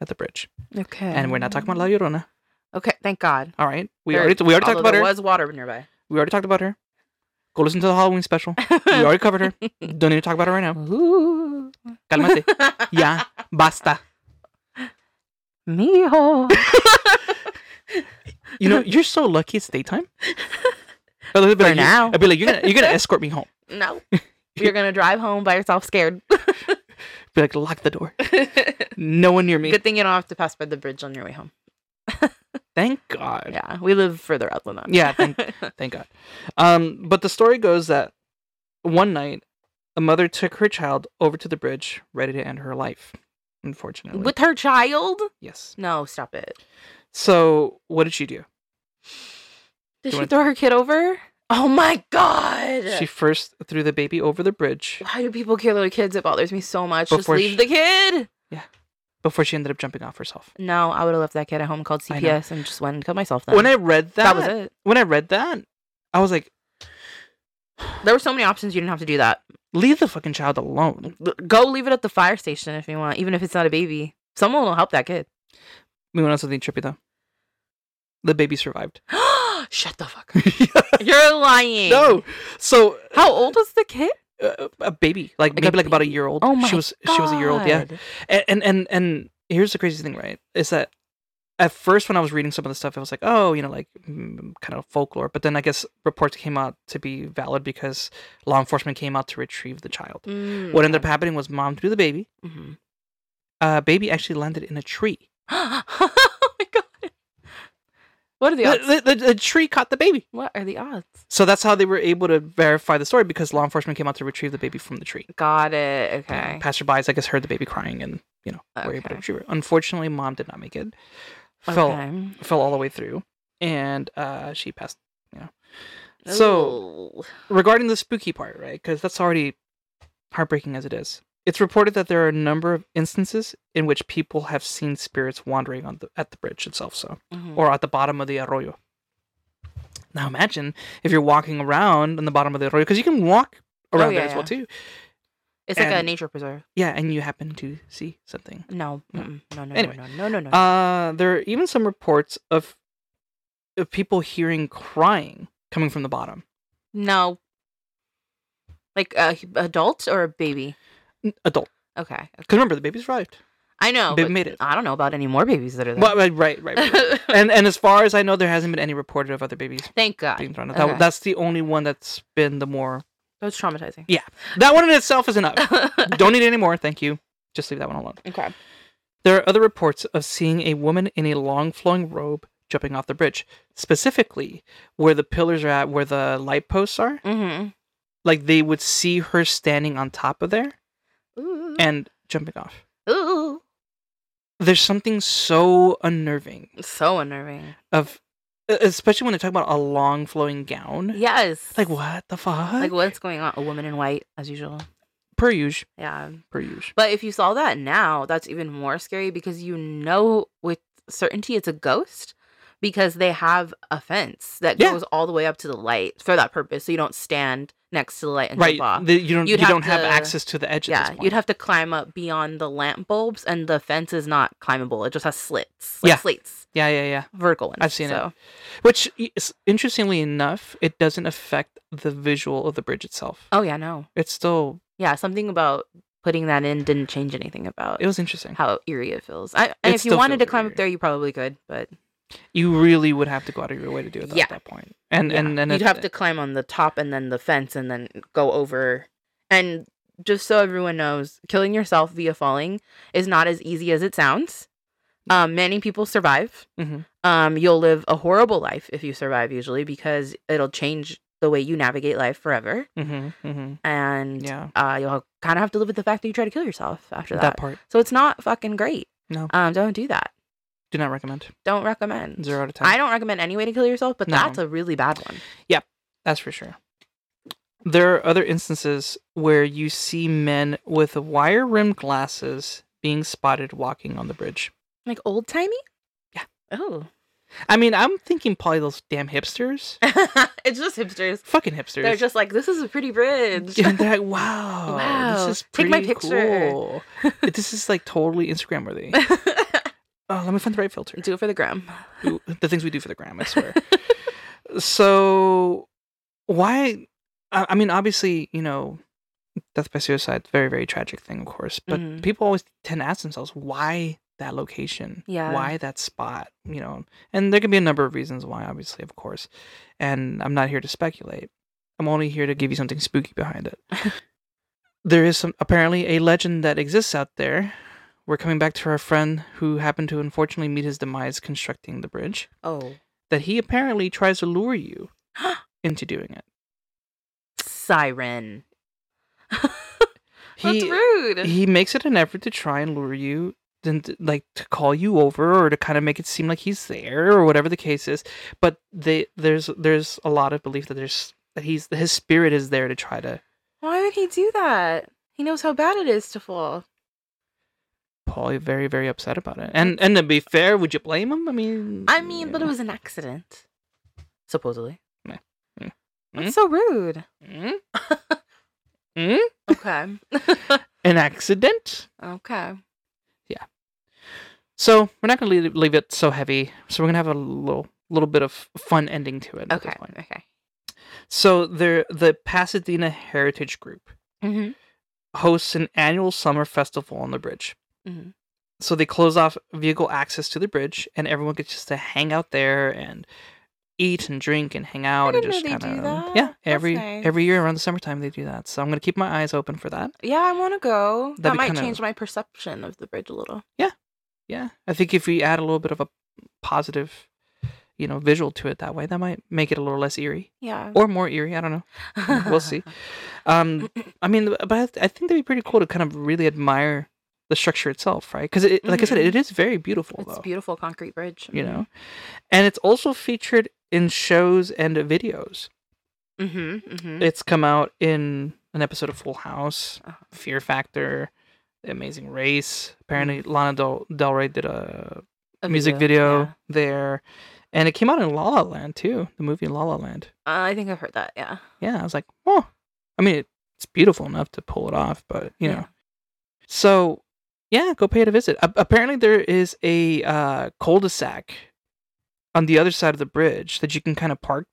Speaker 1: at the bridge,
Speaker 2: okay.
Speaker 1: and we're not talking about La Llorona.
Speaker 2: Okay. Thank God.
Speaker 1: All right, we
Speaker 2: There-
Speaker 1: already we already talked
Speaker 2: although
Speaker 1: about her.
Speaker 2: There was water nearby.
Speaker 1: We already talked about her. Go listen to the Halloween special. We already covered her. Don't need to talk about her right now.
Speaker 2: Ooh.
Speaker 1: Calmate. Ya. Basta.
Speaker 2: Mijo.
Speaker 1: You know you're so lucky it's daytime. I'd be
Speaker 2: For
Speaker 1: like,
Speaker 2: now.
Speaker 1: I'd be like, you're gonna you're gonna escort me home.
Speaker 2: No. You're gonna drive home by yourself, scared.
Speaker 1: Be like, lock the door.
Speaker 2: Good
Speaker 1: No one near me.
Speaker 2: thing you don't have to pass by the bridge on your way home.
Speaker 1: Thank God.
Speaker 2: Yeah, we live further out than that.
Speaker 1: Yeah, thank, thank God. Um, but the story goes that one night, a mother took her child over to the bridge, ready to end her life. Unfortunately,
Speaker 2: With her child?
Speaker 1: yes.
Speaker 2: No, stop it.
Speaker 1: So, what did she do?
Speaker 2: Did
Speaker 1: You
Speaker 2: she
Speaker 1: want-
Speaker 2: throw her kid over? Oh my god!
Speaker 1: She first threw the baby over the bridge
Speaker 2: Why do people kill their kids? It bothers me so much. Just
Speaker 1: Before
Speaker 2: leave
Speaker 1: she-
Speaker 2: the kid.
Speaker 1: before she ended up jumping off herself.
Speaker 2: No, I would have left that kid at home, called
Speaker 1: I know.
Speaker 2: CPS, and just went and killed myself. Then
Speaker 1: When I read that,
Speaker 2: that was it.
Speaker 1: when I read that, I was like,
Speaker 2: There were so many options. You didn't have to do that.
Speaker 1: "Leave the fucking child alone."
Speaker 2: L- Go leave it at the fire station if you want, even if it's not a baby. Someone will help that kid.
Speaker 1: We went on something trippy though. The baby survived.
Speaker 2: Shut the fuck. up. You're lying.
Speaker 1: No, so
Speaker 2: How old was the kid?
Speaker 1: uh, a baby, like,
Speaker 2: Like a
Speaker 1: maybe like about a
Speaker 2: baby.
Speaker 1: year old.
Speaker 2: Oh my
Speaker 1: she was she was a year old. Yeah,
Speaker 2: God.
Speaker 1: and and and, and here's the crazy thing, right? Is that at first when I was reading some of the stuff, I was like, oh, you know, like mm, kind of folklore. But then I guess reports came out to be valid because law enforcement came out to retrieve the child.
Speaker 2: Mm.
Speaker 1: What ended up happening was mom threw the baby.
Speaker 2: Mhm.
Speaker 1: Uh, baby actually landed in a tree.
Speaker 2: oh my god. What are the odds?
Speaker 1: The, the, the- the tree caught the baby.
Speaker 2: What are the odds?
Speaker 1: So that's how they were able to verify the story because law enforcement came out to retrieve the baby from the tree.
Speaker 2: Got it. Okay.
Speaker 1: Passerbys, I guess, heard the baby crying and you know, worry about
Speaker 2: Okay.
Speaker 1: a retriever. Unfortunately, mom did not make it. Fell
Speaker 2: Okay.
Speaker 1: fell all the way through, and uh, she passed. You know. So
Speaker 2: Ooh.
Speaker 1: regarding the spooky part, right? Because that's already heartbreaking as it is. It's reported that there are a number of instances in which people have seen spirits wandering on the at the bridge itself. So
Speaker 2: Mhm.
Speaker 1: or at the bottom of the arroyo. Now imagine if you're walking around on the bottom of the arroyo because you can walk
Speaker 2: Oh,
Speaker 1: around there
Speaker 2: yeah,
Speaker 1: as well
Speaker 2: yeah.
Speaker 1: too.
Speaker 2: it's like a
Speaker 1: and-
Speaker 2: nature preserve. Mm-hmm.
Speaker 1: Yeah, and you happen to see something.
Speaker 2: No,
Speaker 1: No.
Speaker 2: mm-mm. no, no,
Speaker 1: Anyway.
Speaker 2: no, no, no, no, no.
Speaker 1: Uh, there are even some reports of of people hearing crying coming from the bottom.
Speaker 2: no. Like a h- adult or a baby?
Speaker 1: N- Adult,
Speaker 2: Okay, okay.
Speaker 1: because remember the baby survived.
Speaker 2: I know.
Speaker 1: Baby
Speaker 2: Oh, but
Speaker 1: made it.
Speaker 2: I don't know about any more babies that are there.
Speaker 1: Well, right, right, right. right. and and as far as I know, there hasn't been any reported of other babies
Speaker 2: Thank God.
Speaker 1: being thrown. out.
Speaker 2: Okay.
Speaker 1: That, that's the only one that's been the more.
Speaker 2: That's traumatizing.
Speaker 1: That one in itself is enough.
Speaker 2: okay.
Speaker 1: Don't need any more. Thank you. Just leave that one alone. There are other reports of seeing a woman in a long flowing robe jumping off the bridge, specifically where the pillars are at, where the light posts are.
Speaker 2: Mm-hmm.
Speaker 1: Like they would see her standing on top of there
Speaker 2: Ooh.
Speaker 1: and jumping off.
Speaker 2: Ooh.
Speaker 1: There's something so unnerving
Speaker 2: So unnerving.
Speaker 1: of, e-, especially when they talk about a long flowing gown.
Speaker 2: Yes.
Speaker 1: Like what the fuck?
Speaker 2: Like what's going on? A woman in white, as usual.
Speaker 1: Per usual.
Speaker 2: Yeah.
Speaker 1: Per usual.
Speaker 2: But if you saw that now, that's even more scary because you know with certainty it's a ghost because they have a fence that
Speaker 1: Yeah.
Speaker 2: goes all the way up to the light for that purpose. So you don't stand next to the light and
Speaker 1: Right.
Speaker 2: jump off.
Speaker 1: the- you don't.
Speaker 2: You'd
Speaker 1: you
Speaker 2: have
Speaker 1: don't have
Speaker 2: to-
Speaker 1: access to the edge. at
Speaker 2: yeah,
Speaker 1: this point.
Speaker 2: you'd have to climb up beyond the lamp bulbs, and the fence is not climbable. It just has slits, like
Speaker 1: Yeah.
Speaker 2: slates,
Speaker 1: Yeah, yeah, yeah.
Speaker 2: vertical ones.
Speaker 1: I've seen it.
Speaker 2: so.
Speaker 1: Which, is- interestingly enough, it doesn't affect the visual of the bridge itself.
Speaker 2: Oh yeah, no,
Speaker 1: It's still.
Speaker 2: yeah, something about putting that in didn't change anything about
Speaker 1: It was interesting.
Speaker 2: how eerie it feels. I, and
Speaker 1: It
Speaker 2: if you
Speaker 1: still
Speaker 2: wanted to
Speaker 1: feels
Speaker 2: climb
Speaker 1: eerie.
Speaker 2: up there, you probably could, but
Speaker 1: You really would have to go out of your way to do it though,
Speaker 2: Yeah.
Speaker 1: at that point. And
Speaker 2: yeah.
Speaker 1: and and
Speaker 2: you'd
Speaker 1: it-
Speaker 2: have to climb on the top and then the fence and then go over. And just so everyone knows, killing yourself via falling is not as easy as it sounds. Um, many people survive.
Speaker 1: Mhm.
Speaker 2: Um, you'll live a horrible life if you survive, usually because it'll change the way you navigate life forever,
Speaker 1: Mhm, mhm.
Speaker 2: and
Speaker 1: Yeah,
Speaker 2: uh, you'll kind of have to live with the fact that you try to kill yourself after
Speaker 1: that.
Speaker 2: that.
Speaker 1: part.
Speaker 2: So it's not fucking great.
Speaker 1: No.
Speaker 2: Um, don't do that.
Speaker 1: Do not recommend.
Speaker 2: Don't recommend.
Speaker 1: Zero out of ten.
Speaker 2: I don't recommend any way to kill yourself, but
Speaker 1: No.
Speaker 2: that's a really bad one.
Speaker 1: That's for sure. There are other instances where you see men with wire rimmed glasses being spotted walking on the bridge.
Speaker 2: Like old timey?
Speaker 1: Yeah.
Speaker 2: Oh.
Speaker 1: I mean, I'm thinking probably those damn hipsters.
Speaker 2: it's just hipsters.
Speaker 1: Fucking hipsters.
Speaker 2: They're just like, this is a pretty bridge.
Speaker 1: and they're like, wow,
Speaker 2: Wow,
Speaker 1: this is
Speaker 2: take my
Speaker 1: pretty
Speaker 2: picture."
Speaker 1: cool. this is like totally Instagram worthy. Oh, let me find the right filter.
Speaker 2: Do it for the gram.
Speaker 1: Ooh, the things we do for the gram, I swear. so, why? I, I mean, obviously, you know, death by suicide, very, very tragic thing, of course. But
Speaker 2: Mhm.
Speaker 1: people always tend to ask themselves, why that location?
Speaker 2: Yeah.
Speaker 1: Why that spot? You know, and there can be a number of reasons why, obviously, of course. And I'm not here to speculate. I'm only here to give you something spooky behind it. there is some apparently a legend that exists out there. We're coming back to our friend who happened to unfortunately meet his demise constructing the bridge
Speaker 2: Oh.
Speaker 1: that he apparently tries to lure you into doing it.
Speaker 2: Siren.
Speaker 1: He
Speaker 2: that's rude.
Speaker 1: he makes it an effort to try and lure you then to- like to call you over or to kind of make it seem like he's there or whatever the case is but they there's there's a lot of belief that there's that he's his spirit is there to try to
Speaker 2: Why would he do that? He knows how bad it is to fall.
Speaker 1: Paul very very upset about it and and to be fair would you blame him I mean
Speaker 2: I mean, but it
Speaker 1: yeah.
Speaker 2: was an accident. Supposedly.
Speaker 1: Meh. Mm.
Speaker 2: That's so rude.
Speaker 1: Mm?
Speaker 2: Okay.
Speaker 1: an accident
Speaker 2: okay.
Speaker 1: so we're not gonna leave, leave it so heavy so we're gonna have a little little bit of fun ending to it at this
Speaker 2: Okay.
Speaker 1: point.
Speaker 2: Okay.
Speaker 1: so they're the Pasadena Heritage Group
Speaker 2: Mm-hmm.
Speaker 1: hosts an annual summer festival on the bridge.
Speaker 2: Mhm.
Speaker 1: So they close off vehicle access to the bridge, and everyone gets just to hang out there and eat and drink and hang out and
Speaker 2: didn't
Speaker 1: just
Speaker 2: know
Speaker 1: kind
Speaker 2: they do
Speaker 1: of
Speaker 2: that.
Speaker 1: yeah.
Speaker 2: That's
Speaker 1: Every
Speaker 2: nice.
Speaker 1: every year around the summertime they do that. So I'm gonna keep my eyes open for that.
Speaker 2: Yeah, I want to go.
Speaker 1: That'd
Speaker 2: that
Speaker 1: be
Speaker 2: might
Speaker 1: kinda-
Speaker 2: change my perception of the bridge a little.
Speaker 1: Yeah, I think if we add a little bit of a positive, you know, visual to it that way, that might make it a little less eerie
Speaker 2: Yeah.
Speaker 1: or more eerie. I don't know. We'll see. Um, I mean, but I think that'd be pretty cool to kind of really admire the structure itself, right? Because it, like I said,
Speaker 2: Mhm.
Speaker 1: it is very beautiful.
Speaker 2: It's
Speaker 1: though,
Speaker 2: beautiful concrete bridge.
Speaker 1: You know, and it's also featured in shows and videos.
Speaker 2: Mm-hmm. Mm-hmm.
Speaker 1: It's come out in an episode of Full House,
Speaker 2: Uh-huh.
Speaker 1: Fear Factor, The Amazing Race. Apparently,
Speaker 2: Mm-hmm.
Speaker 1: Lana Del, Del Rey did a, music video
Speaker 2: yeah.
Speaker 1: there, and it came out in La La Land too. The movie La La Land.
Speaker 2: Uh, I think I've heard that. Yeah.
Speaker 1: yeah, I was like, oh, I mean, it's beautiful enough to pull it off, but you know.
Speaker 2: Yeah.
Speaker 1: So, yeah, go pay it a visit. A- apparently, there is a uh, cul-de-sac on the other side of the bridge that you can kind of park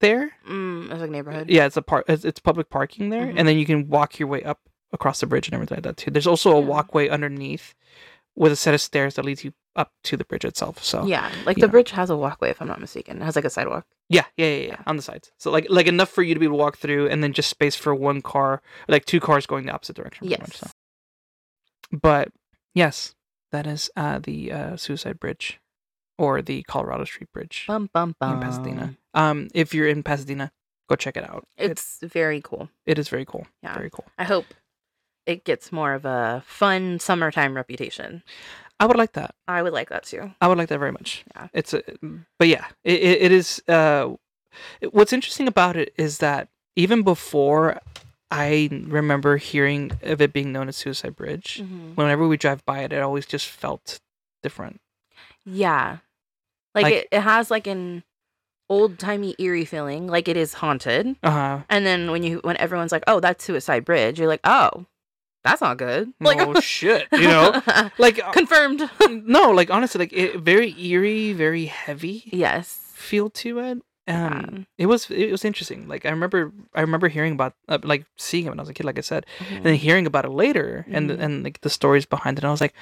Speaker 1: there.
Speaker 2: Mm, it's like neighborhood.
Speaker 1: Yeah, it's a park. It's, it's public parking there,
Speaker 2: Mhm.
Speaker 1: and then you can walk your way up across the bridge and everything like that too. There's also a
Speaker 2: Yeah.
Speaker 1: walkway underneath with a set of stairs that leads you up to the bridge itself. So
Speaker 2: Yeah, like
Speaker 1: Yeah.
Speaker 2: the bridge has a walkway, if I'm not mistaken. It has like a sidewalk.
Speaker 1: Yeah, yeah, yeah, yeah, on the sides. So like like enough for you to be able to walk through, and then just space for one car, like two cars going the opposite direction. pretty
Speaker 2: Yes.
Speaker 1: Much, so. But yes, that is uh, the uh, Suicide Bridge, or the Colorado Street Bridge
Speaker 2: Bum bum bum.
Speaker 1: in Pasadena. Um, if you're in Pasadena, go check it out. It-
Speaker 2: It's very cool.
Speaker 1: it is very cool.
Speaker 2: Yeah.
Speaker 1: Very cool.
Speaker 2: I hope it gets more of a fun summertime reputation.
Speaker 1: I would like that.
Speaker 2: I would like that too.
Speaker 1: I would like that very much.
Speaker 2: Yeah.
Speaker 1: It's a, but yeah, it, it, it is. Uh, it- what's interesting about it is that even before I remember hearing of it being known as Suicide Bridge,
Speaker 2: Mm-hmm.
Speaker 1: whenever we drive by it, it always just felt different.
Speaker 2: Yeah, like,
Speaker 1: Like-
Speaker 2: it, it has like an old timey eerie feeling, like it is haunted.
Speaker 1: Uh huh.
Speaker 2: And then when you when everyone's like, "Oh, that's Suicide Bridge," you're like, "Oh, that's not good." Like,
Speaker 1: oh shit, you know, like uh,
Speaker 2: confirmed.
Speaker 1: no, like honestly, like it, very eerie, very heavy
Speaker 2: yes.
Speaker 1: feel to it. Um,
Speaker 2: Um,
Speaker 1: it was it was interesting. Like I remember I remember hearing about uh, like seeing it when I was a kid. Like I said. and then hearing about it later and
Speaker 2: Mhm.
Speaker 1: and like the stories behind it and i was like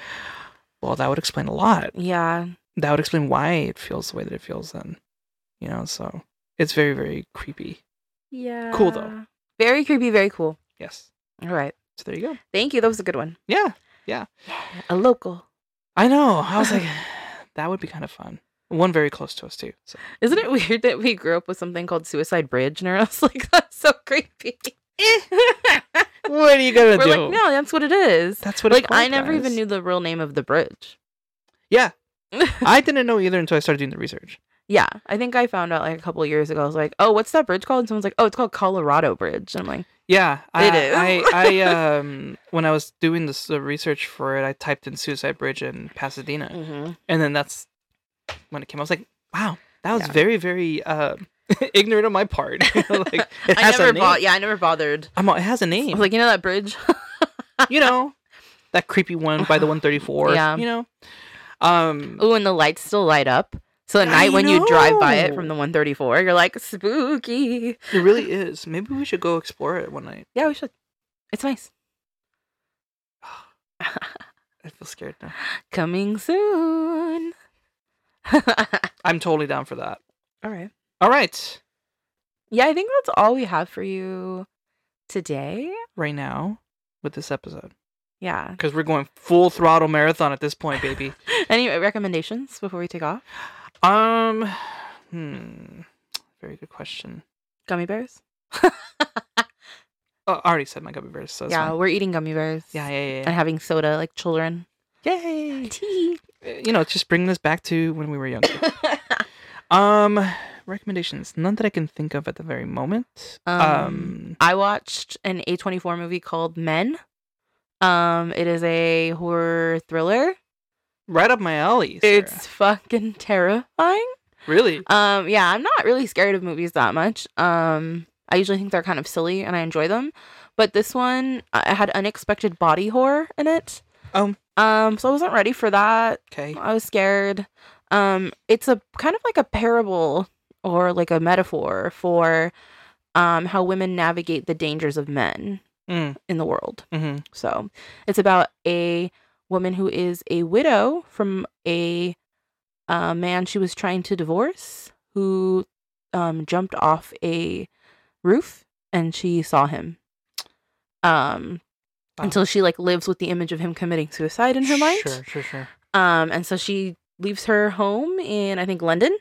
Speaker 1: well that would explain a lot
Speaker 2: yeah,
Speaker 1: that would explain why it feels the way that it feels then you know so it's very very creepy
Speaker 2: yeah.
Speaker 1: Cool, though.
Speaker 2: Very creepy. Very cool.
Speaker 1: yes
Speaker 2: All right.
Speaker 1: so there you go
Speaker 2: Thank you. That was a good one.
Speaker 1: yeah
Speaker 2: A local.
Speaker 1: i know i was like that would be kind of fun one very close to us too so
Speaker 2: Isn't it weird that we grew up with something called Suicide Bridge and us like that's so creepy. We're
Speaker 1: what are you gonna do
Speaker 2: like, no, that's what it is.
Speaker 1: that's what it's
Speaker 2: like I
Speaker 1: called,
Speaker 2: never even
Speaker 1: guys.
Speaker 2: knew the real name of the bridge.
Speaker 1: yeah i didn't know either until i started doing the research
Speaker 2: Yeah, I think I found out like a couple of years ago. I was like, "Oh, what's that bridge called?" And someone's like, "Oh, it's called Colorado Bridge." And I'm like,
Speaker 1: yeah I,
Speaker 2: It is.
Speaker 1: I, I um when i was doing this the research for it i typed in suicide bridge in pasadena and then that's when it came. I was like, wow, that was
Speaker 2: Yeah.
Speaker 1: very, very uh, ignorant on my part. like, it
Speaker 2: "I
Speaker 1: has a
Speaker 2: never
Speaker 1: name.
Speaker 2: bought. Yeah, I never bothered."
Speaker 1: I'm all, it has a
Speaker 2: I
Speaker 1: name.
Speaker 2: was like, "You know that bridge?"
Speaker 1: you know, that creepy one by the 134.
Speaker 2: Yeah.
Speaker 1: You know, um,
Speaker 2: Ooh, and the lights still light up. So at
Speaker 1: I
Speaker 2: night when you drive by it
Speaker 1: know.
Speaker 2: from the 134, you're like, "Spooky."
Speaker 1: it really is. Maybe we should go explore it one night.
Speaker 2: Yeah, we should. It's nice.
Speaker 1: I feel scared now.
Speaker 2: Coming soon.
Speaker 1: I'm totally down for that.
Speaker 2: All right.
Speaker 1: All right,
Speaker 2: Yeah, I think that's all we have for you today.
Speaker 1: right now with this episode
Speaker 2: Yeah.
Speaker 1: because we're going full throttle marathon at this point, baby.
Speaker 2: Any recommendations before we take off?
Speaker 1: um, hmm, very good question.
Speaker 2: Gummy bears?
Speaker 1: Oh, I already said my gummy bears. So that's
Speaker 2: yeah,
Speaker 1: fine.
Speaker 2: we're eating gummy bears.
Speaker 1: yeah, yeah, yeah, yeah.
Speaker 2: And having soda like children.
Speaker 1: Yay! Uh,
Speaker 2: Tea.
Speaker 1: You know, just bringing us back to when we were younger. um, recommendations. None that I can think of at the very moment. Um,
Speaker 2: Um, I watched an A24 movie called Men. Um, it is a horror thriller.
Speaker 1: right up my alley. Sarah.
Speaker 2: It's fucking terrifying.
Speaker 1: really
Speaker 2: Um, yeah, I'm not really scared of movies that much. Um, I usually think they're kind of silly and I enjoy them, but this one I had unexpected body horror in it.
Speaker 1: Um.
Speaker 2: um, so I wasn't ready for that.
Speaker 1: okay.
Speaker 2: I was scared. Um, it's a kind of like a parable or like a metaphor for um how women navigate the dangers of men
Speaker 1: Mm,
Speaker 2: in the world.
Speaker 1: hmm
Speaker 2: So it's about a woman who is a widow from a, uh man she was trying to divorce who um, jumped off a roof and she saw him. Um,
Speaker 1: Wow.
Speaker 2: Until she like lives with the image of him committing suicide in her mind.
Speaker 1: Sure, sure, sure.
Speaker 2: Um, and so she leaves her home in I think London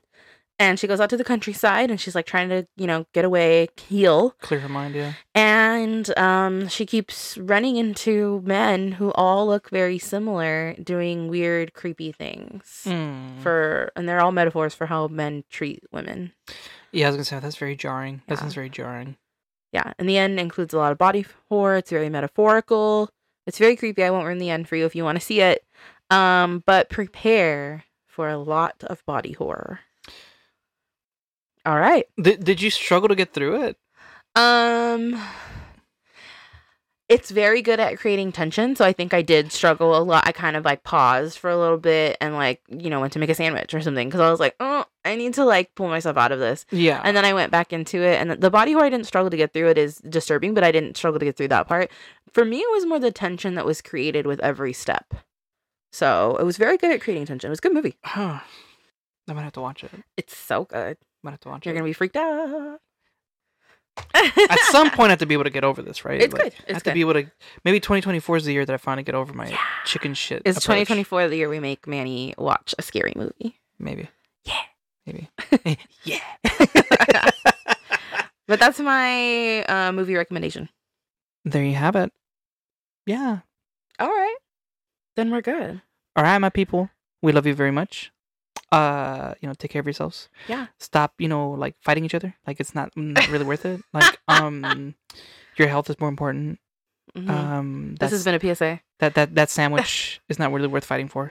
Speaker 2: And she goes out to the countryside and she's like trying to, you know, get away, heal.
Speaker 1: Clear her mind, yeah.
Speaker 2: And um, she keeps running into men who all look very similar, doing weird, creepy things.
Speaker 1: Mm.
Speaker 2: For and they're all metaphors for how men treat women.
Speaker 1: yeah, I was gonna say that's very jarring. That
Speaker 2: Yeah.
Speaker 1: sounds very jarring.
Speaker 2: yeah, in the end includes a lot of body horror. It's very metaphorical. It's very creepy. I won't ruin the end for you if you want to see it. Um, but prepare for a lot of body horror. All right.
Speaker 1: Did did you struggle to get through it?
Speaker 2: Um it's very good at creating tension, so I think I did struggle a lot. I kind of like paused for a little bit and like, you know, went to make a sandwich or something cuz I was like, "Oh, I need to like pull myself out of this."
Speaker 1: Yeah.
Speaker 2: and then I went back into it. And the body horror I didn't struggle to get through. It is disturbing, but I didn't struggle to get through that part. For me, it was more the tension that was created with every step. So it was very good at creating tension. It was a good movie.
Speaker 1: huh. I might have to watch it. I
Speaker 2: It's so good.
Speaker 1: might have to watch
Speaker 2: You're
Speaker 1: it.
Speaker 2: gonna be freaked out.
Speaker 1: At some point, I have to be able to get over this, right?
Speaker 2: it's
Speaker 1: Like,
Speaker 2: good.
Speaker 1: I
Speaker 2: It's
Speaker 1: have
Speaker 2: good.
Speaker 1: to be able to. Maybe 2024 is the year that I finally get over my
Speaker 2: Yeah.
Speaker 1: chicken shit.
Speaker 2: Is
Speaker 1: approach.
Speaker 2: 2024 the year we make Manny watch a scary movie?
Speaker 1: Maybe.
Speaker 2: Yeah.
Speaker 1: Maybe. yeah.
Speaker 2: But that's my uh, movie recommendation.
Speaker 1: There you have it. Yeah.
Speaker 2: All right, then we're good.
Speaker 1: All right, my people. We love you very much. Uh, you know, take care of yourselves.
Speaker 2: Yeah.
Speaker 1: Stop, you know, like fighting each other. Like it's not, not really worth it. Like um your health is more important.
Speaker 2: Mhm.
Speaker 1: Um
Speaker 2: this
Speaker 1: that's,
Speaker 2: has been a PSA.
Speaker 1: that that that sandwich is not really worth fighting for.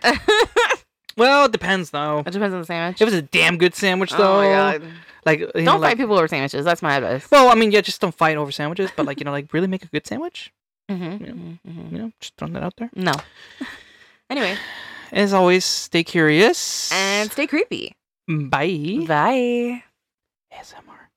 Speaker 1: Well, it depends though.
Speaker 2: it depends on the sandwich.
Speaker 1: It was a damn good sandwich though.
Speaker 2: Oh my god.
Speaker 1: Like you know,
Speaker 2: Don't
Speaker 1: like,
Speaker 2: fight people over sandwiches. That's my advice.
Speaker 1: Well, I mean, yeah, just don't fight over sandwiches, but like, you know, like really make a good sandwich.
Speaker 2: Mhm,
Speaker 1: Yeah.
Speaker 2: mhm, mhm.
Speaker 1: You know, just throwing that out there.
Speaker 2: No. anyway,
Speaker 1: As always, stay curious.
Speaker 2: and stay creepy.
Speaker 1: bye.
Speaker 2: Bye.
Speaker 1: ASMR.